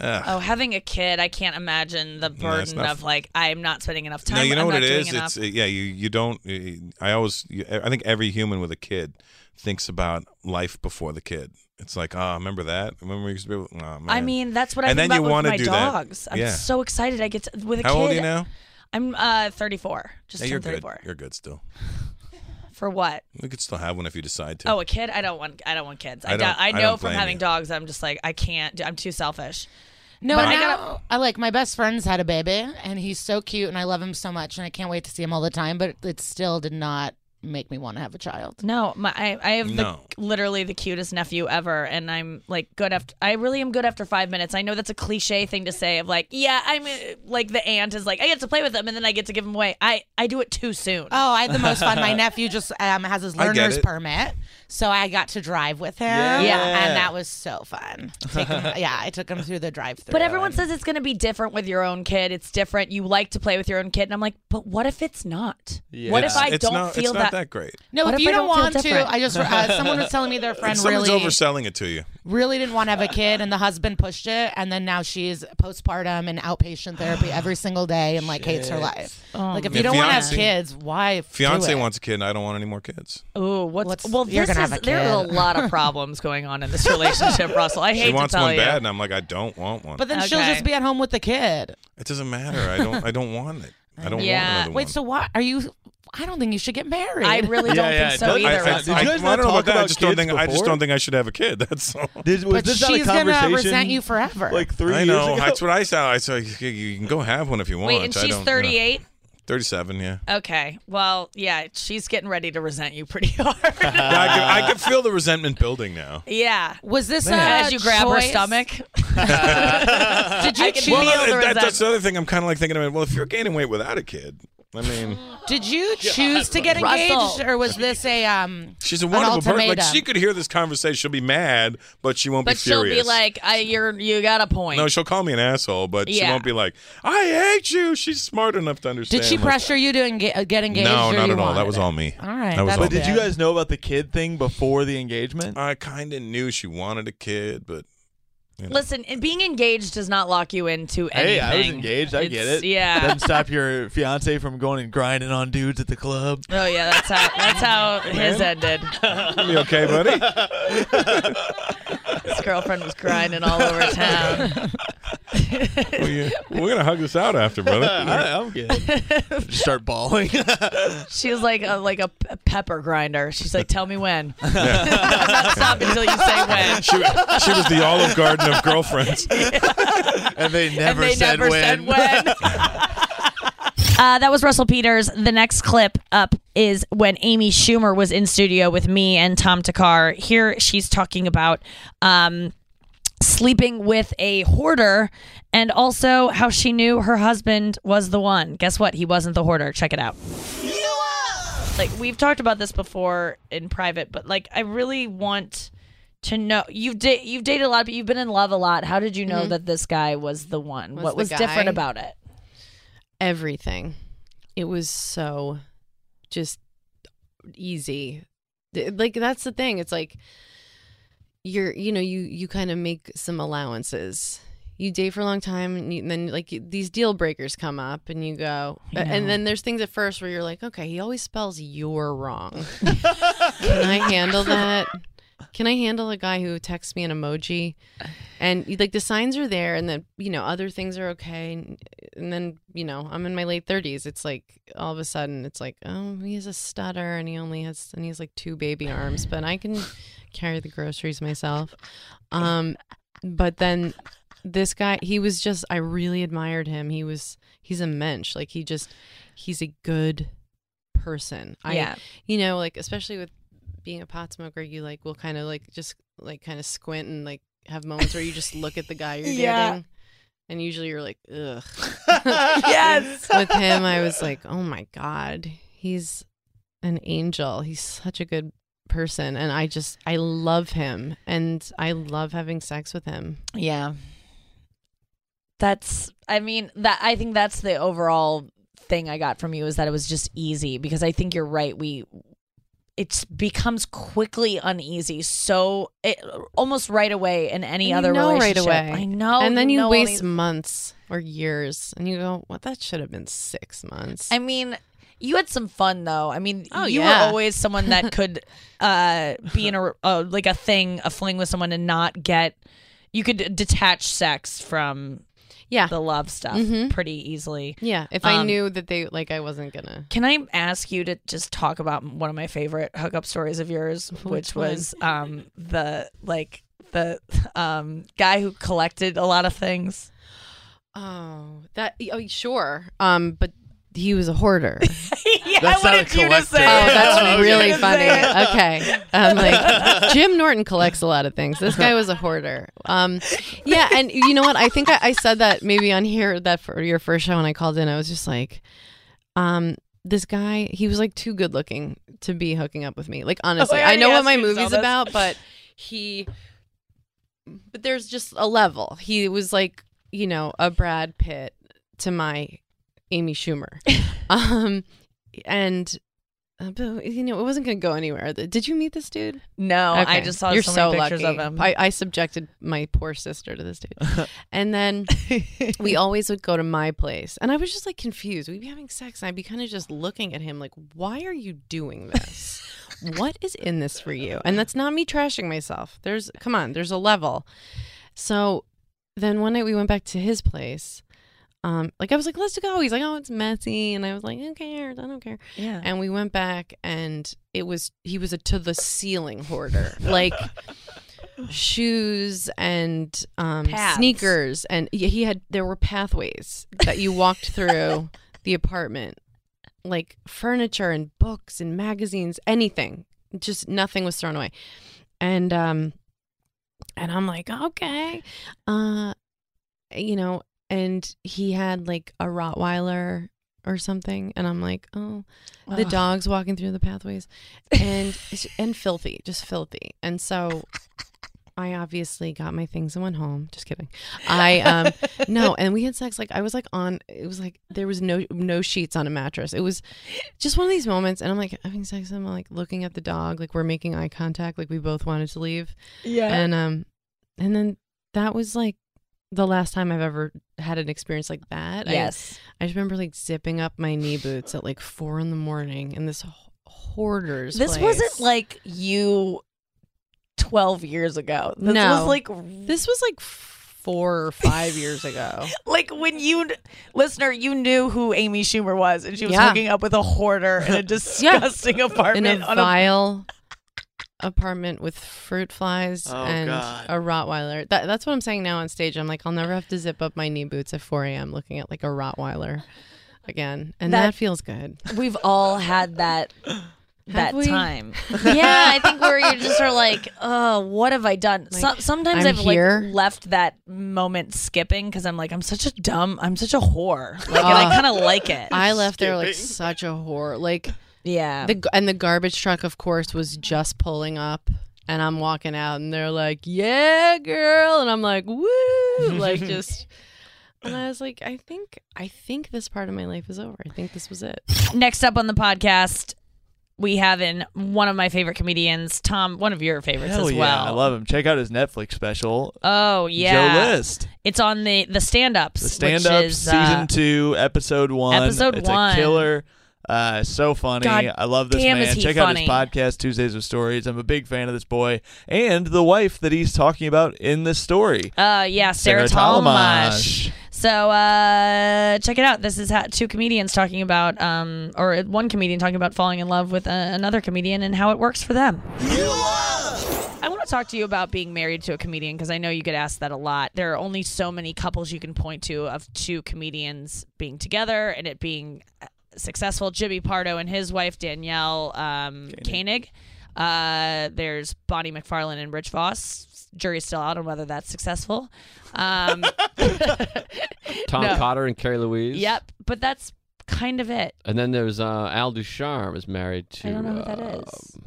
S8: Uh,
S2: Oh, having a kid, I can't imagine the burden
S8: not-
S2: of like I'm not spending enough time.
S8: no, you know
S2: I'm
S8: what
S2: not
S8: it
S2: doing
S8: is.
S2: Enough.
S8: It's uh, yeah. You you don't. I always. you- I think every human with a kid thinks about life before the kid. It's like, ah, remember that? Remember we used to be. able- aw,
S2: I
S8: man.
S2: mean, that's what I
S8: And
S2: think
S8: then
S2: about
S8: you
S2: with
S8: wanna
S2: my
S8: do that.
S2: dogs. I'm
S8: Yeah.
S2: so excited. I get to, with a
S8: how
S2: kid.
S8: old are you now?
S2: I'm uh, 34. Just
S8: Hey, you're
S2: turned
S8: good.
S2: 34.
S8: You're good still.
S2: For what?
S8: We could still have one if you decide to.
S2: Oh, a kid? I don't want. I don't want kids. I,
S8: I don't-
S2: doubt- I
S8: I
S2: know
S8: don't
S2: from
S8: blame
S2: having
S8: you.
S2: dogs, I'm just like I can't. I'm too selfish.
S9: No,
S2: But
S9: and
S2: I
S9: I, I like my best friend's had a baby, and he's so cute, and I love him so much, and I can't wait to see him all the time. But it still did not make me want to have a child.
S2: No, my I, I have
S8: No.
S2: the, literally the cutest nephew ever, and I'm like good after. I really am good after five minutes. I know that's a cliche thing to say of like, yeah, I'm uh, like the aunt is like I get to play with them, and then I get to give them away. I I do it too soon.
S9: Oh, I had the most fun. My nephew just um, has his
S8: I get
S9: learner's
S8: it.
S9: permit, so I got to drive with him.
S7: Yeah.
S9: and that was so fun. Take him- yeah, I took him through the drive-through.
S2: But everyone says it's going to be different with your own kid. It's different. You like to play with your own kid, and I'm like, but what if it's not?
S7: Yeah.
S2: What
S8: It's-
S2: if I
S8: it's
S2: don't
S8: not,
S2: feel
S8: it's not that,
S2: that?
S8: great?
S9: no,
S2: What
S9: if
S2: if
S9: you
S2: I
S9: don't,
S2: don't feel
S9: want to,
S2: different?
S9: I just uh, someone was telling me their friend
S8: Someone's
S9: really
S8: overselling it to you.
S9: really didn't want to have a kid and the husband pushed it and then now she's postpartum and outpatient therapy every single day and like hates her life like if
S8: Yeah,
S9: you don't want to have
S8: fiancé-
S9: kids why
S8: Oh Fiance
S9: do it?
S8: wants a kid. and I don't want any more kids.
S2: Ooh, what's,
S9: What's-
S2: well?
S9: you're
S2: This
S9: gonna
S2: is
S9: have a
S2: there are a
S9: kid.
S2: lot of problems going on in this relationship, Russell. I hate
S8: She wants
S2: to tell
S8: one
S2: you.
S8: bad, and I'm like, I don't want one.
S9: but then she'll
S2: Okay.
S9: just be at home with the kid
S8: it doesn't matter. I don't. I don't want it. I don't
S2: Yeah.
S8: want another
S9: wait
S8: one.
S9: so why are you i don't think you should get married
S2: I really don't think so
S7: does-
S2: either.
S8: I, I,
S2: Russell.
S7: Did
S8: I-
S7: you guys
S8: I don't
S7: not
S8: know
S7: talk
S8: about that. I
S7: about
S8: just don't
S7: kids
S8: think. I just
S7: before?
S8: don't think I should have a kid. That's all.
S7: Did, was
S9: but
S7: this not a
S9: she's gonna
S7: conversation?
S9: resent you forever
S7: Like three
S8: I
S7: years
S8: know.
S7: ago.
S8: That's what I said. I said "You- you can go have one if you want.
S2: Wait, and
S8: I
S2: she's
S8: don't- yeah.
S2: 38.
S8: Thirty-seven. Yeah.
S2: Okay. Well, yeah, she's getting ready to resent you pretty hard.
S8: Yeah, I, can, I can feel the resentment building now.
S2: yeah.
S9: was this a
S2: uh, As you grab her
S9: choice?
S2: stomach.
S9: did you
S2: I can
S9: choose
S2: feel the
S8: that, that's
S2: resentment.
S8: the other thing. I'm kind of like thinking about. Well, if you're gaining weight without a kid, I mean,
S9: did you choose to get engaged
S2: Russell.
S9: or was this a um
S8: she's a
S9: an
S8: wonderful person. Like
S9: ultimatum?
S8: she could hear this conversation, she'll be mad, but she won't
S2: But
S8: be
S2: she'll
S8: furious.
S2: be like, I, you're, you got a point.
S8: no, she'll call me an asshole, but she
S2: Yeah.
S8: won't be like, I hate you. She's smart enough to understand.
S9: did she
S8: like-
S9: pressure you to enga- uh, get engaged
S8: No,
S9: or
S8: not
S9: you
S8: at all.
S9: wanted
S8: That was
S9: it?
S8: all me.
S9: all right
S8: That was
S9: that's
S8: all
S7: But did
S9: good.
S7: you guys know about the kid thing before the engagement?
S8: I kind of knew she wanted a kid, but
S2: Listen, and being engaged does not lock you into anything.
S7: Hey, I was engaged. I get
S2: It's-
S7: it.
S2: Yeah.
S7: Doesn't stop your fiance from going and grinding on dudes at the club.
S2: oh, yeah. That's how that's how his ended.
S8: you okay, buddy?
S2: His girlfriend was grinding all over town.
S8: Well, you- we're gonna hug this out after, brother.
S7: I, am good. Just Start bawling.
S2: She was like a like a, p- a pepper grinder. She's like, tell me when. I'm not stopping until you say when.
S8: she, she was the Olive Garden of girlfriends.
S7: and they
S2: and
S7: never
S2: they
S7: said
S2: never
S7: when.
S2: said when. Uh, that was Russell Peters. The next clip up is when Amy Schumer was in studio with me and Tom Takar. Here she's talking about um, sleeping with a hoarder and also how she knew her husband was the one. Guess what? He wasn't the hoarder. Check it out. Like, we've talked about this before in private, but like, I really want to know you've da- you've dated a lot but you've been in love a lot how did you know that this guy was the one
S10: Mm-hmm. Was
S2: what
S10: the
S2: was
S10: guy?
S2: different about it
S10: everything. It was so just easy. Th- Like that's the thing. It's like you're, you know, you you kind of make some allowances. You date for a long time, and, you, and then like these deal breakers come up, and you go, and then there's things at first where you're like, okay, he always spells you're wrong. Can I handle that? Can I handle a guy who texts me an emoji? And you- like the signs are there, and the you know other things are okay, and, and then you know I'm in my late 30s. It's like all of a sudden it's like oh he has a stutter and he only has and he's like two baby arms, but I can carry the groceries myself. Um, but then this guy he was just I really admired him. He was he's a mensch. Like he just he's a good person. I
S2: Yeah.
S10: you know like especially with being a pot smoker, you like will kind of like just like kind of squint and like have moments where you just look at the guy you're
S2: Yeah.
S10: dating. And usually you're like, ugh.
S4: Yes.
S10: With him, I was like, oh my God, he's an angel. He's such a good person. And I just, I love him. And I love having sex with him.
S9: Yeah.
S2: That's I mean that I think that's the overall thing I got from you is that it was just easy because I think you're right we it becomes quickly uneasy so it, almost right away in any
S10: And you
S2: other
S10: know right
S2: relationship
S10: away.
S2: I know e-
S10: and then you,
S2: know all
S10: waste
S2: these-
S10: months or years and you go, well, that should have been six months.
S2: I mean, you had some fun though. I mean,
S10: Oh,
S2: you
S10: yeah.
S2: were always someone that could uh, be in a uh, like a thing, a fling with someone, and not get. You could detach sex from
S10: yeah.
S2: the love stuff
S10: Mhm.
S2: pretty easily.
S10: Yeah. If I
S2: Um,
S10: knew that they, like, I wasn't going to.
S2: Can I ask you to just talk about one of my favorite hookup stories of yours,
S10: Which
S2: which was um, the like the um, guy who collected a lot of things.
S10: Oh, that, oh, sure. Um, but he was a hoarder.
S2: yeah, I
S7: That's not a
S2: wanted you to
S7: collector.
S10: Oh,
S2: say. it. I
S10: that's
S2: wanted you
S10: really
S2: to
S10: funny.
S2: say it.
S10: Okay. I'm like, Jim Norton collects a lot of things. This guy was a hoarder. Um, yeah. And you know what? I think I, I said that maybe on here that for your first show when I called in, I was just like, um, this guy, he was like too good looking to be hooking up with me. Like, honestly,
S2: I
S10: I know
S2: already
S10: what
S2: asked
S10: my
S2: you to
S10: movie's
S2: tell this.
S10: about, but he, but there's just a level. He was like, you know, a Brad Pitt to my Amy Schumer. um, and uh, but, you know, it wasn't going to go anywhere. Th- Did you meet this dude?
S2: No, I
S10: Okay.
S2: just saw
S10: You're
S2: so,
S10: so
S2: many pictures
S10: lucky.
S2: of him.
S10: I, I subjected my poor sister to this dude, and then we always would go to my place, and I was just like confused. We'd be having sex, and I'd be kind of just looking at him like, "Why are you doing this? what is in this for you?" And that's not me trashing myself. There's come on, there's a level. So then one night we went back to his place. Um, like I was like, let's go. He's like, oh, it's messy, and I was like, I don't care, I don't care.
S2: yeah.
S10: And we went back, and it was he was a to the ceiling hoarder, like shoes and um,
S2: Paths.
S10: sneakers, and y- he had there were pathways that you walked through the apartment, like furniture and books and magazines, anything, just nothing was thrown away, and um, and I'm like, okay, uh, you know, and he had like a Rottweiler or something, and I'm like, oh the
S2: Ugh.
S10: dogs walking through the pathways and and filthy just filthy and so i obviously got my things and went home just kidding i um no and we had sex like i was like on it was like there was no no sheets on a mattress it was just one of these moments and i'm like having sex and i'm like looking at the dog like we're making eye contact like we both wanted to leave
S2: Yeah.
S10: and um and then that was like the last time i've ever had an experience like that I-
S2: yes.
S10: I just remember like zipping up my knee boots at like four in the morning in this h- hoarder's.
S2: This
S10: place.
S2: wasn't like you 12 years ago. This
S10: No.
S2: was like
S10: this was like four or five years ago.
S2: like when you listener you knew who Amy Schumer was and she was
S10: Yeah.
S2: hooking up with a hoarder in a disgusting
S10: in a
S2: apartment on a
S10: vile apartment with fruit flies
S7: Oh,
S10: and
S7: God.
S10: a Rottweiler. That, that's what I'm saying now on stage. I'm like, I'll never have to zip up my knee boots at 4 a.m. looking at like a Rottweiler again, and that,
S2: That-
S10: feels good.
S2: We've all had that that
S10: we?
S2: time. yeah, I think where you're just sort of like, oh, what have I done?
S10: Like,
S2: so, sometimes
S10: I'm
S2: I've
S10: here.
S2: like left that moment skipping because I'm like, I'm such a dumb, I'm such a whore. Like, and I
S10: Ah.
S2: kind of like it.
S10: I left there like such a whore. Like
S2: yeah.
S10: The g- and the garbage truck, of course, was just pulling up, and I'm walking out, and they're like, "Yeah, girl," and I'm like, "Woo!" Like just, and I was like, "I think, I think this part of my life is over. I think this was it."
S2: Next up on the podcast, we have in one of my favorite comedians, Tom, one of your favorites
S7: Hell
S2: as
S7: yeah,
S2: well.
S7: I love him. Check out his Netflix special.
S2: Oh yeah,
S7: Joe List.
S2: It's on the the stand ups.
S7: The stand up
S2: uh,
S7: season two, episode one.
S2: episode
S7: it's
S2: one.
S7: a killer. Uh, so funny.
S2: God
S7: I love this
S2: damn, is
S7: man.
S2: he
S7: Check out his
S2: funny.
S7: podcast, Tuesdays with Stories. I'm a big fan of this boy and the wife that he's talking about in this story.
S2: Uh, yeah, Sarah, Talmash. So uh, check it out. This is ha- two comedians talking about, um, or one comedian talking about falling in love with uh, another comedian and how it works for them. I want to talk to you about being married to a comedian because I know you get asked that a lot. There are only so many couples you can point to of two comedians being together and it being uh, successful. Jimmy Pardo and his wife Danielle um, Koenig. Uh, there's Bonnie McFarlane and Rich Voss. Jury's still out on whether that's successful. Um,
S11: Tom
S2: No.
S11: Cotter and Carrie Louise.
S2: Yep, but that's kind of it.
S11: And then there's uh, Al Ducharme is married to.
S2: I don't know who that
S11: uh,
S2: is.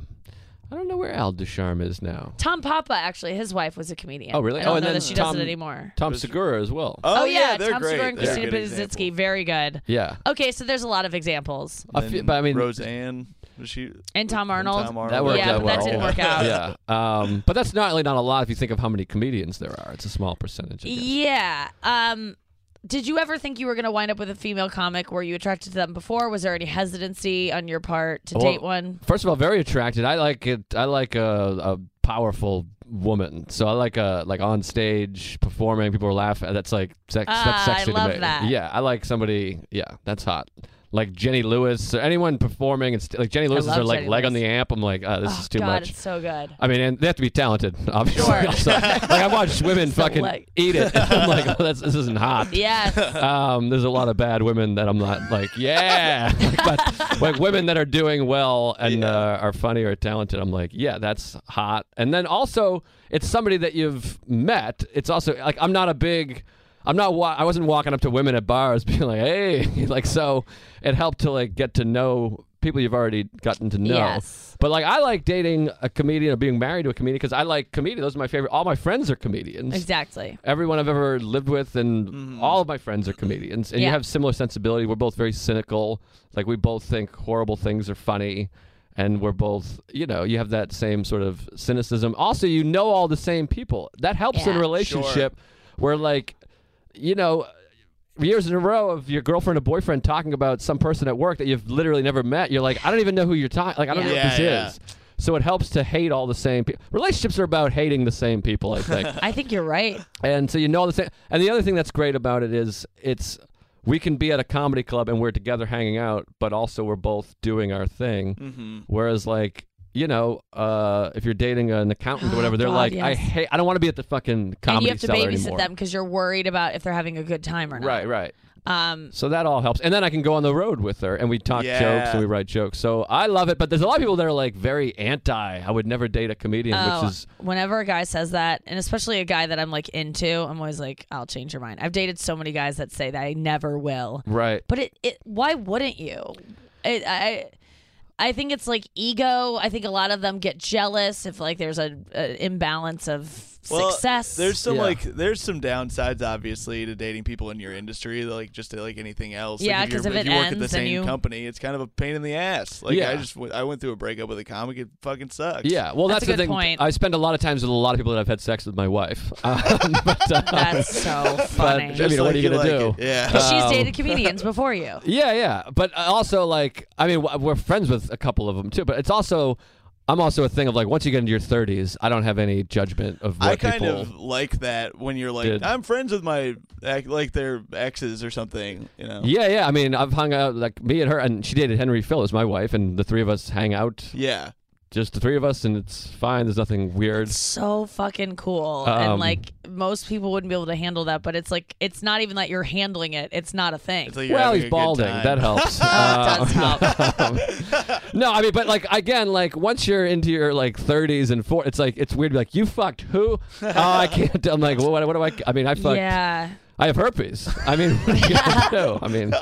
S11: I don't know where Al Ducharme is now.
S2: Tom Papa, actually, his wife was a comedian.
S11: Oh really?
S2: I don't
S11: oh, and
S2: know
S11: then
S2: that she
S11: Tom,
S2: doesn't anymore.
S11: Tom Segura as well.
S2: Oh, yeah, Tom Segura and Christina Pizitsky, very good.
S11: Yeah.
S2: Okay, so there's a lot of examples.
S11: I feel- but I mean,
S7: Roseanne, was she?
S2: And Tom Arnold.
S7: Tom Arnold.
S11: That worked
S2: yeah,
S11: out
S2: but
S11: well.
S2: that didn't work out.
S11: yeah. Um, but that's not really not a lot if you think of how many comedians there are. It's a small percentage. I guess.
S2: Yeah. Um, did you ever think you were going to wind up with a female comic? Were you attracted to them before? Was there any hesitancy on your part to
S11: Well,
S2: date one?
S11: First of all, very attracted. I like it. I like a, a powerful woman. So I like a like on stage performing. People are laughing. That's like sex.
S2: Ah,
S11: that's sexy
S2: I love
S11: to me.
S2: that.
S11: Yeah, I like somebody. Yeah, that's hot. Like Jenny Lewis or anyone performing. It's like Jenny Lewis is
S2: love
S11: her like
S2: Jenny
S11: leg on
S2: Lewis.
S11: the amp. I'm like, oh, this
S2: oh,
S11: is too
S2: God,
S11: much.
S2: it's so good.
S11: I mean, and they have to be talented, obviously. Also, like I watched women fucking
S2: like-
S11: eat it. I'm like, oh, that's, this isn't hot.
S2: Yes.
S11: Um, there's a lot of bad women that I'm not like, yeah. but like women that are doing well and uh, are funny or talented, I'm like, yeah, that's hot. And then also, it's somebody that you've met. It's also like I'm not a big. I'm not. Wa- I wasn't walking up to women at bars being like, "Hey," like so. It helped to like get to know people you've already gotten to know.
S2: Yes.
S11: But like, I like dating a comedian or being married to a comedian because I like comedians. Those are my favorite. All my friends are comedians.
S2: Exactly.
S11: Everyone I've ever lived with and
S7: Mm-hmm.
S11: all of my friends are comedians, and
S2: Yeah.
S11: you have similar sensibility. We're both very cynical. Like we both think horrible things are funny, and we're both, you know, you have that same sort of cynicism. Also, you know all the same people. That helps in a
S2: Yeah.
S11: relationship where, like, you know, years in a row of your girlfriend or boyfriend talking about some person at work that you've literally never met. You're like, I don't even know who you're talking. Like, I don't know
S7: Yeah.
S11: what this
S7: Yeah, yeah.
S11: is. So it helps to hate all the same people. Relationships are about hating the same people, I think.
S2: I think you're right.
S11: And so you know the same. And the other thing that's great about it is it's we can be at a comedy club and we're together hanging out, but also we're both doing our thing. Whereas like you know, uh, if you're dating an accountant or whatever, they're
S2: God,
S11: like, I
S2: yes.
S11: hate, I don't want to be at the fucking comedy
S2: and you have to
S11: cellar
S2: babysit
S11: anymore.
S2: them because you're worried about if they're having a good time or not.
S11: Right, right.
S2: Um,
S11: So that all helps. And then I can go on the road with her and we talk
S7: Yeah.
S11: jokes and we write jokes. So I love it. But there's a lot of people that are like very anti. I would never date a comedian,
S2: oh,
S11: which is
S2: whenever a guy says that, and especially a guy that I'm like into, I'm always like, I'll change your mind. I've dated so many guys that say that I never will.
S11: right.
S2: But it, it why wouldn't you? It, I I think it's like ego. I think a lot of them get jealous if like there's a, a imbalance of
S7: Well,
S2: success.
S7: There's some
S11: Yeah.
S7: like there's some downsides obviously to dating people in your industry, like just to, like anything else.
S2: Yeah,
S7: like, if,
S2: 'cause
S7: you're-
S2: if it
S7: you work at the
S2: ends and
S7: same
S2: you-
S7: company, it's kind of a pain in the ass. Like
S11: Yeah.
S7: I just went, I went through a breakup with a comic, it fucking sucks.
S11: Yeah, well,
S2: That's
S11: that's,
S2: a
S11: the
S2: good
S11: thing.
S2: point.
S11: I spend a lot of times with a lot of people that I've had sex with my wife. Um, but, uh,
S2: That's so
S11: but
S2: funny.
S11: I mean, what are you
S7: like
S11: gonna do?
S7: like it. Yeah.
S2: 'Cause she's
S11: um,
S2: dated comedians before you.
S11: Yeah, yeah. But uh, also, like, I mean, w- we're friends with a couple of them too. But it's also, I'm also a thing of like, once you get into your 30s, I don't have any judgment of what
S7: I kind
S11: people.
S7: of like that when you're like,
S11: did.
S7: I'm friends with my ex- like their exes or something, you know.
S11: yeah, yeah. I mean, I've hung out like me and her, and she dated Henry Phillips, my wife, and the three of us hang out,
S7: Yeah.
S11: just the three of us, and it's fine. There's nothing weird.
S2: so fucking cool
S11: Um,
S2: and like most people wouldn't be able to handle that but it's like it's not even that you're handling it it's not a thing
S7: It's like you're
S11: Well,
S7: having
S11: he's
S7: a good
S11: balding.
S7: time.
S11: That helps.
S2: does
S11: Um, no, I mean, but like again, like once you're into your like 30s and 40s, it's like it's weird. Like you fucked who? Oh, I can't. I'm like, well, what, what do I? I mean, I fucked.
S2: yeah
S11: I have herpes. I mean, what are you gonna do? I mean,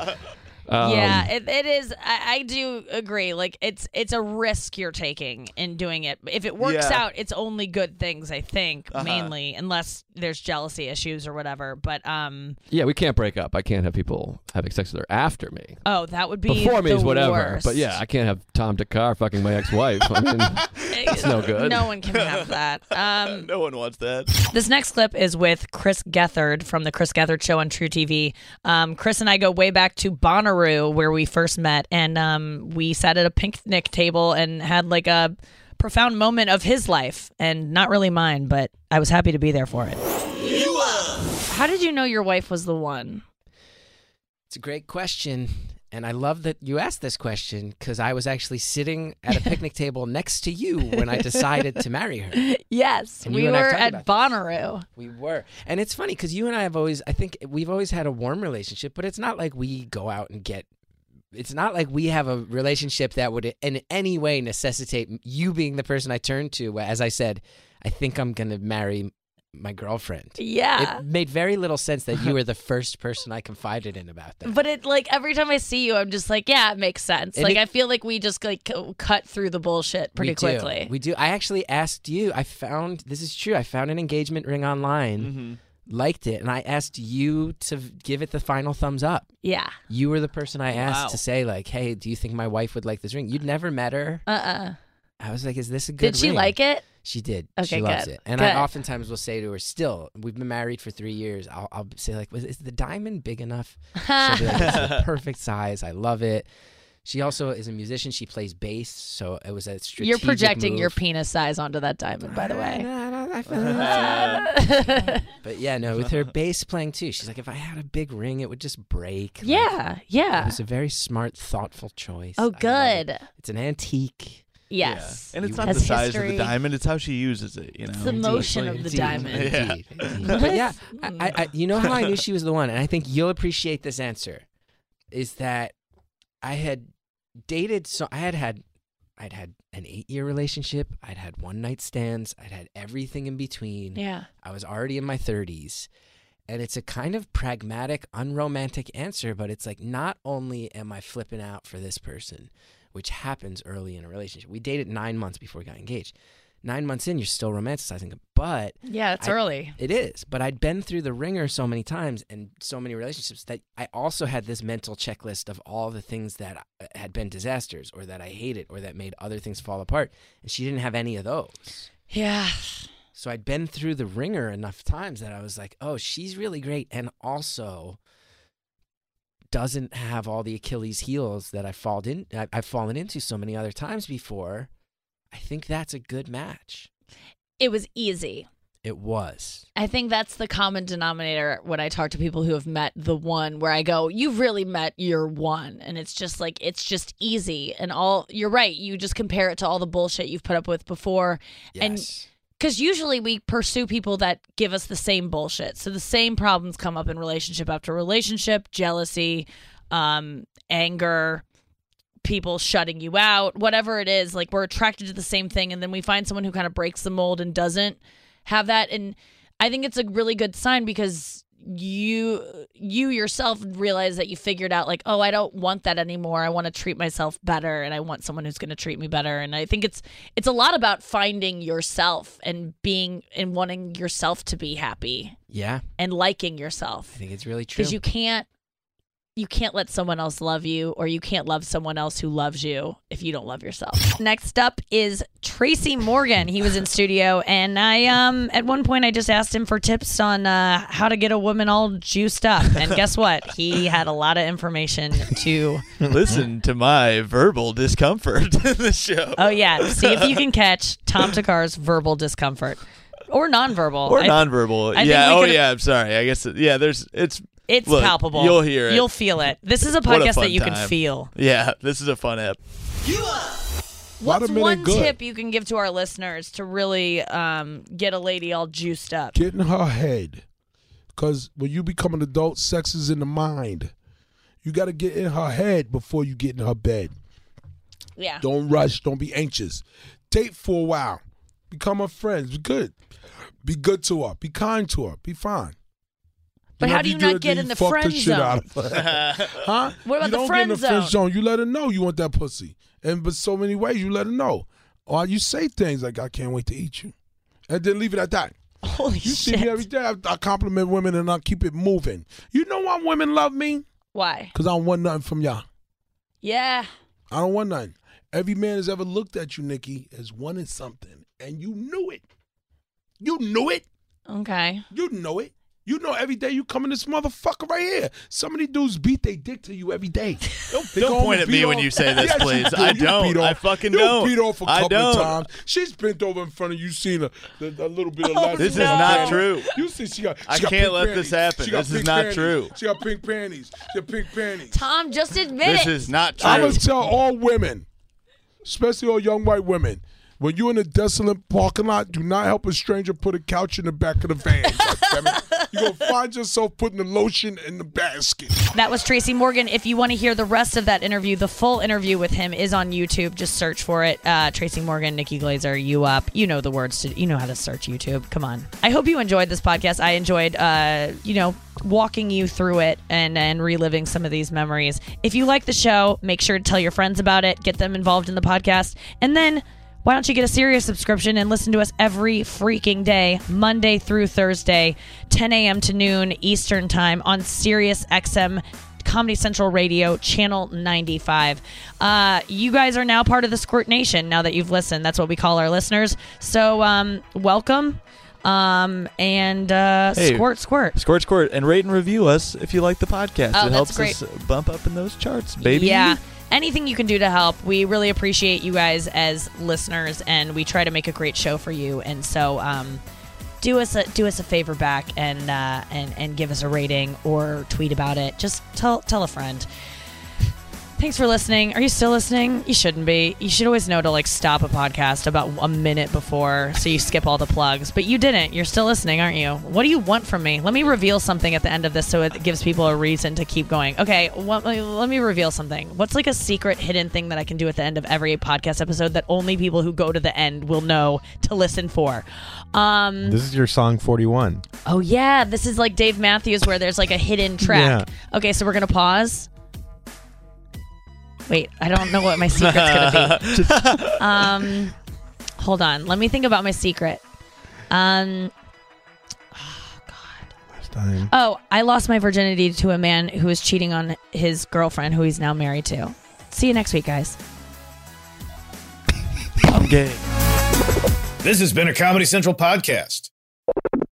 S11: um,
S2: yeah it, it is I, I do agree like it's it's a risk you're taking in doing it if it works
S7: Yeah.
S2: out it's only good things i think
S11: Uh-huh.
S2: mainly unless there's jealousy issues or whatever but um
S11: yeah, we can't break up. I can't have people having sex with her after me.
S2: oh that would be
S11: Before me
S2: the
S11: is whatever,
S2: worst.
S11: but yeah, I can't have Tom DeCar fucking my ex-wife. I mean, it's no good.
S2: no one can have that um
S7: No one wants that.
S2: This next clip is with Chris Gethard from the Chris Gethard Show on True TV. Um, Chris and I go way back to Bonnaroo, where we first met, and um, we sat at a picnic table and had like a profound moment of his life, and not really mine, but I was happy to be there for it. How did you know your wife was the one?
S12: It's a great question. And I love that you asked this question because I was actually sitting at a picnic table next to you when I decided to marry her.
S2: Yes,
S12: And
S2: we
S12: you
S2: were
S12: and I talked
S2: at
S12: about this.
S2: Bonnaroo.
S12: We were. And it's funny because you and I have always, I think we've always had a warm relationship, but it's not like we go out and get it's not like we have a relationship that would in any way necessitate you being the person I turn to. As I said, I think I'm going to marry my girlfriend.
S2: Yeah.
S12: It made very little sense that you were the first person I confided in about that.
S2: But it like every time I see you, I'm just like, yeah, it makes sense.
S12: And
S2: like
S12: it-
S2: I feel like we just like c- cut through the bullshit pretty
S12: we do.
S2: quickly.
S12: We do. I actually asked you. I found this is true. I found an engagement ring online, liked it, and I asked you to v- give it the final thumbs up.
S2: Yeah.
S12: You were the person I asked
S2: Wow.
S12: to say like, "Hey, do you think my wife would like this ring?" You'd never met her.
S2: Uh uh
S12: I was like, "Is this a good?"
S2: Did she
S12: ring?"
S2: like it?
S12: She did.
S2: Okay,
S12: she loves
S2: good.
S12: it. And
S2: Good.
S12: I oftentimes will say to her, "Still, we've been married for three years." I'll, I'll say like, "Was is the diamond big enough?" She'll be like, "It's the perfect size. I love it." She also is a musician. She plays bass, so it was a strategic.
S2: You're projecting
S12: move.
S2: your penis size onto that diamond, by the way.
S12: But yeah, no, with her bass playing too, she's like, if I had a big ring, it would just break. Like,
S2: yeah,
S12: It
S2: yeah.
S12: was a very smart, thoughtful choice.
S2: Oh,
S12: I love it.
S2: good.
S12: It's an antique.
S2: Yes.
S3: And it's
S12: You-
S3: not the
S12: Has
S3: size of
S2: history.
S3: the diamond; it's how she uses it. You know,
S2: It's the motion of the diamond.
S3: Yeah.
S12: but yeah, I, I, I- you know how I knew she was the one, and I think you'll appreciate this answer, is that I had dated so I had had I'd had an eight year relationship, I'd had one night stands, I'd had everything in between.
S2: Yeah.
S12: I was already in my thirties. And it's a kind of pragmatic, unromantic answer, but it's like not only am I flipping out for this person, which happens early in a relationship. We dated nine months before we got engaged. Nine months in, you're still romanticizing, but
S2: Yeah, it's
S12: I-
S2: early.
S12: It is, but I'd been through the ringer so many times and so many relationships that I also had this mental checklist of all the things that uh, had been disasters or that I hated or that made other things fall apart. And she didn't have any of those.
S2: Yeah.
S12: So I'd been through the ringer enough times that I was like, oh, she's really great. And also doesn't have all the Achilles heels that I fall in, I- I've fallen into so many other times before. I think that's a good match.
S2: It was easy.
S12: It was.
S2: I think that's the common denominator when I talk to people who have met the one where I go, You've really met your one. And it's just like, it's just easy. And all, you're right. You just compare it to all the bullshit you've put up with before. And because usually we pursue people that give us the same bullshit. So the same problems come up in relationship after relationship jealousy, um, anger, people shutting you out, whatever it is, like we're attracted to the same thing and then we find someone who kind of breaks the mold and doesn't have that and I think it's a really good sign because you you yourself realize that you figured out like, "Oh, I don't want that anymore. I want to treat myself better and I want someone who's going to treat me better." And I think it's it's a lot about finding yourself and being and wanting yourself to be happy
S12: Yeah,
S2: and liking yourself
S12: I think it's really true.
S2: because you can't you can't let someone else love you or you can't love someone else who loves you if you don't love yourself next up is tracy morgan he was in studio and i um at one point i just asked him for tips on uh, how to get a woman all juiced up and guess what he had a lot of information to
S7: Listen to my verbal discomfort in the show.
S2: oh yeah see if you can catch tom takar's verbal discomfort or nonverbal
S7: Or
S2: I-
S7: nonverbal.
S2: I think
S7: yeah.
S2: we
S7: Oh,
S2: could've-
S7: yeah. I'm sorry. I guess. Yeah. There's. It's.
S2: it's
S7: look,
S2: palpable
S7: You'll hear it.
S2: you'll feel it this is a
S7: What
S2: podcast
S7: fun
S2: that you can
S7: time.
S2: feel
S7: Yeah. This is a fun app.
S2: What's one tip you can give to our listeners to really um, get a lady all juiced up?
S13: Get in her head. Because when you become an adult, sex is in the mind. You got to get in her head before you get in her bed.
S2: Yeah.
S13: Don't rush. Don't be anxious. Date for a while. Become her friends. Be good. Be good to her. Be kind to her. Be fine.
S2: But
S13: know,
S2: how
S13: if
S2: do you
S13: it,
S2: not
S13: then
S2: get in the
S13: fuck
S2: friend
S13: shit out of
S2: zone?
S13: her. huh?
S2: What about
S13: you
S2: the
S13: don't
S2: friend
S13: get in the friend
S2: zone?
S13: zone? You let her know you want that pussy, and but so many ways you let her know, or you say things like "I can't wait to eat you," and then leave it at that.
S2: Holy
S13: you see me every day. I, I compliment women and I keep it moving. You know why women love me?
S2: Why?
S13: Cause I don't want nothing from y'all.
S2: Yeah.
S13: I don't want nothing. Every man has ever looked at you, Nikki, as wanting something, and you knew it. You knew it.
S2: Okay.
S13: You know it. You know every day you come in this motherfucker right here. Some of these dudes beat their dick to you every day. Don't,
S7: don't point at me when you say this, please. I don't. I fucking
S13: you
S7: don't.
S13: beat off a
S7: I
S13: couple
S7: don't.
S13: times. She's bent over in front of you, seen a, the- a little bit of
S7: Oh,
S13: lust
S7: This is
S13: in her
S7: not
S13: hand.
S7: true.
S13: You see, she got. She
S7: I
S13: got
S7: can't
S13: pink
S7: let
S13: panties.
S7: this happen.
S13: She got
S7: This is
S13: pink
S7: not
S13: panties.
S7: true.
S13: She got pink panties. She got pink panties.
S2: Tom, just admit it.
S7: not
S13: I
S7: true.
S13: must tell all women, especially all young white women, when you're in a desolate parking lot, do not help a stranger put a couch in the back of the van. God damn it. You're going to find yourself putting the lotion in the basket.
S2: That was Tracy Morgan. If you want to hear the rest of that interview, the full interview with him is on YouTube. Just search for it. Uh, Tracy Morgan, Nikki Glazer, you up. You know the words to, you know how to search YouTube. Come on. I hope you enjoyed this podcast. I enjoyed, uh, you know, walking you through it and, and reliving some of these memories. If you like the show, make sure to tell your friends about it, get them involved in the podcast, and then why don't you get a serious subscription and listen to us every freaking day, Monday through Thursday, 10 a.m. to noon Eastern Time on Sirius XM. Comedy Central Radio, Channel 95. Uh, you guys are now part of the Squirt Nation now that you've listened. That's what we call our listeners. So, um, welcome um, and uh,
S3: Hey,
S2: squirt, squirt.
S3: Squirt, squirt. And rate and review us if you like the podcast.
S2: Oh,
S3: it helps
S2: that's great.
S3: us bump up in those charts, baby.
S2: Yeah. Anything you can do to help. We really appreciate you guys as listeners and we try to make a great show for you. And so um do us a do us a favor back and uh and and give us a rating or tweet about it. Just tell tell a friend. Thanks for listening. Are you still listening? You shouldn't be. You should always know to like stop a podcast about a minute before so you skip all the plugs. But you didn't. You're still listening, aren't you? What do you want from me? Let me reveal something at the end of this so it gives people a reason to keep going. Okay, what, let me reveal something. What's like a secret hidden thing that I can do at the end of every podcast episode that only people who go to the end will know to listen for? Um
S14: This is your song 41.
S2: Oh yeah, this is like Dave Matthews where there's like a hidden track. Okay, so we're going to pause. Wait, I don't know what my secret's gonna be. um, hold on. Let me think about my secret. Um,
S13: Time.
S2: oh, I lost my virginity to a man who was cheating on his girlfriend, who he's now married to. See you next week, guys.
S1: This has been a Comedy Central podcast.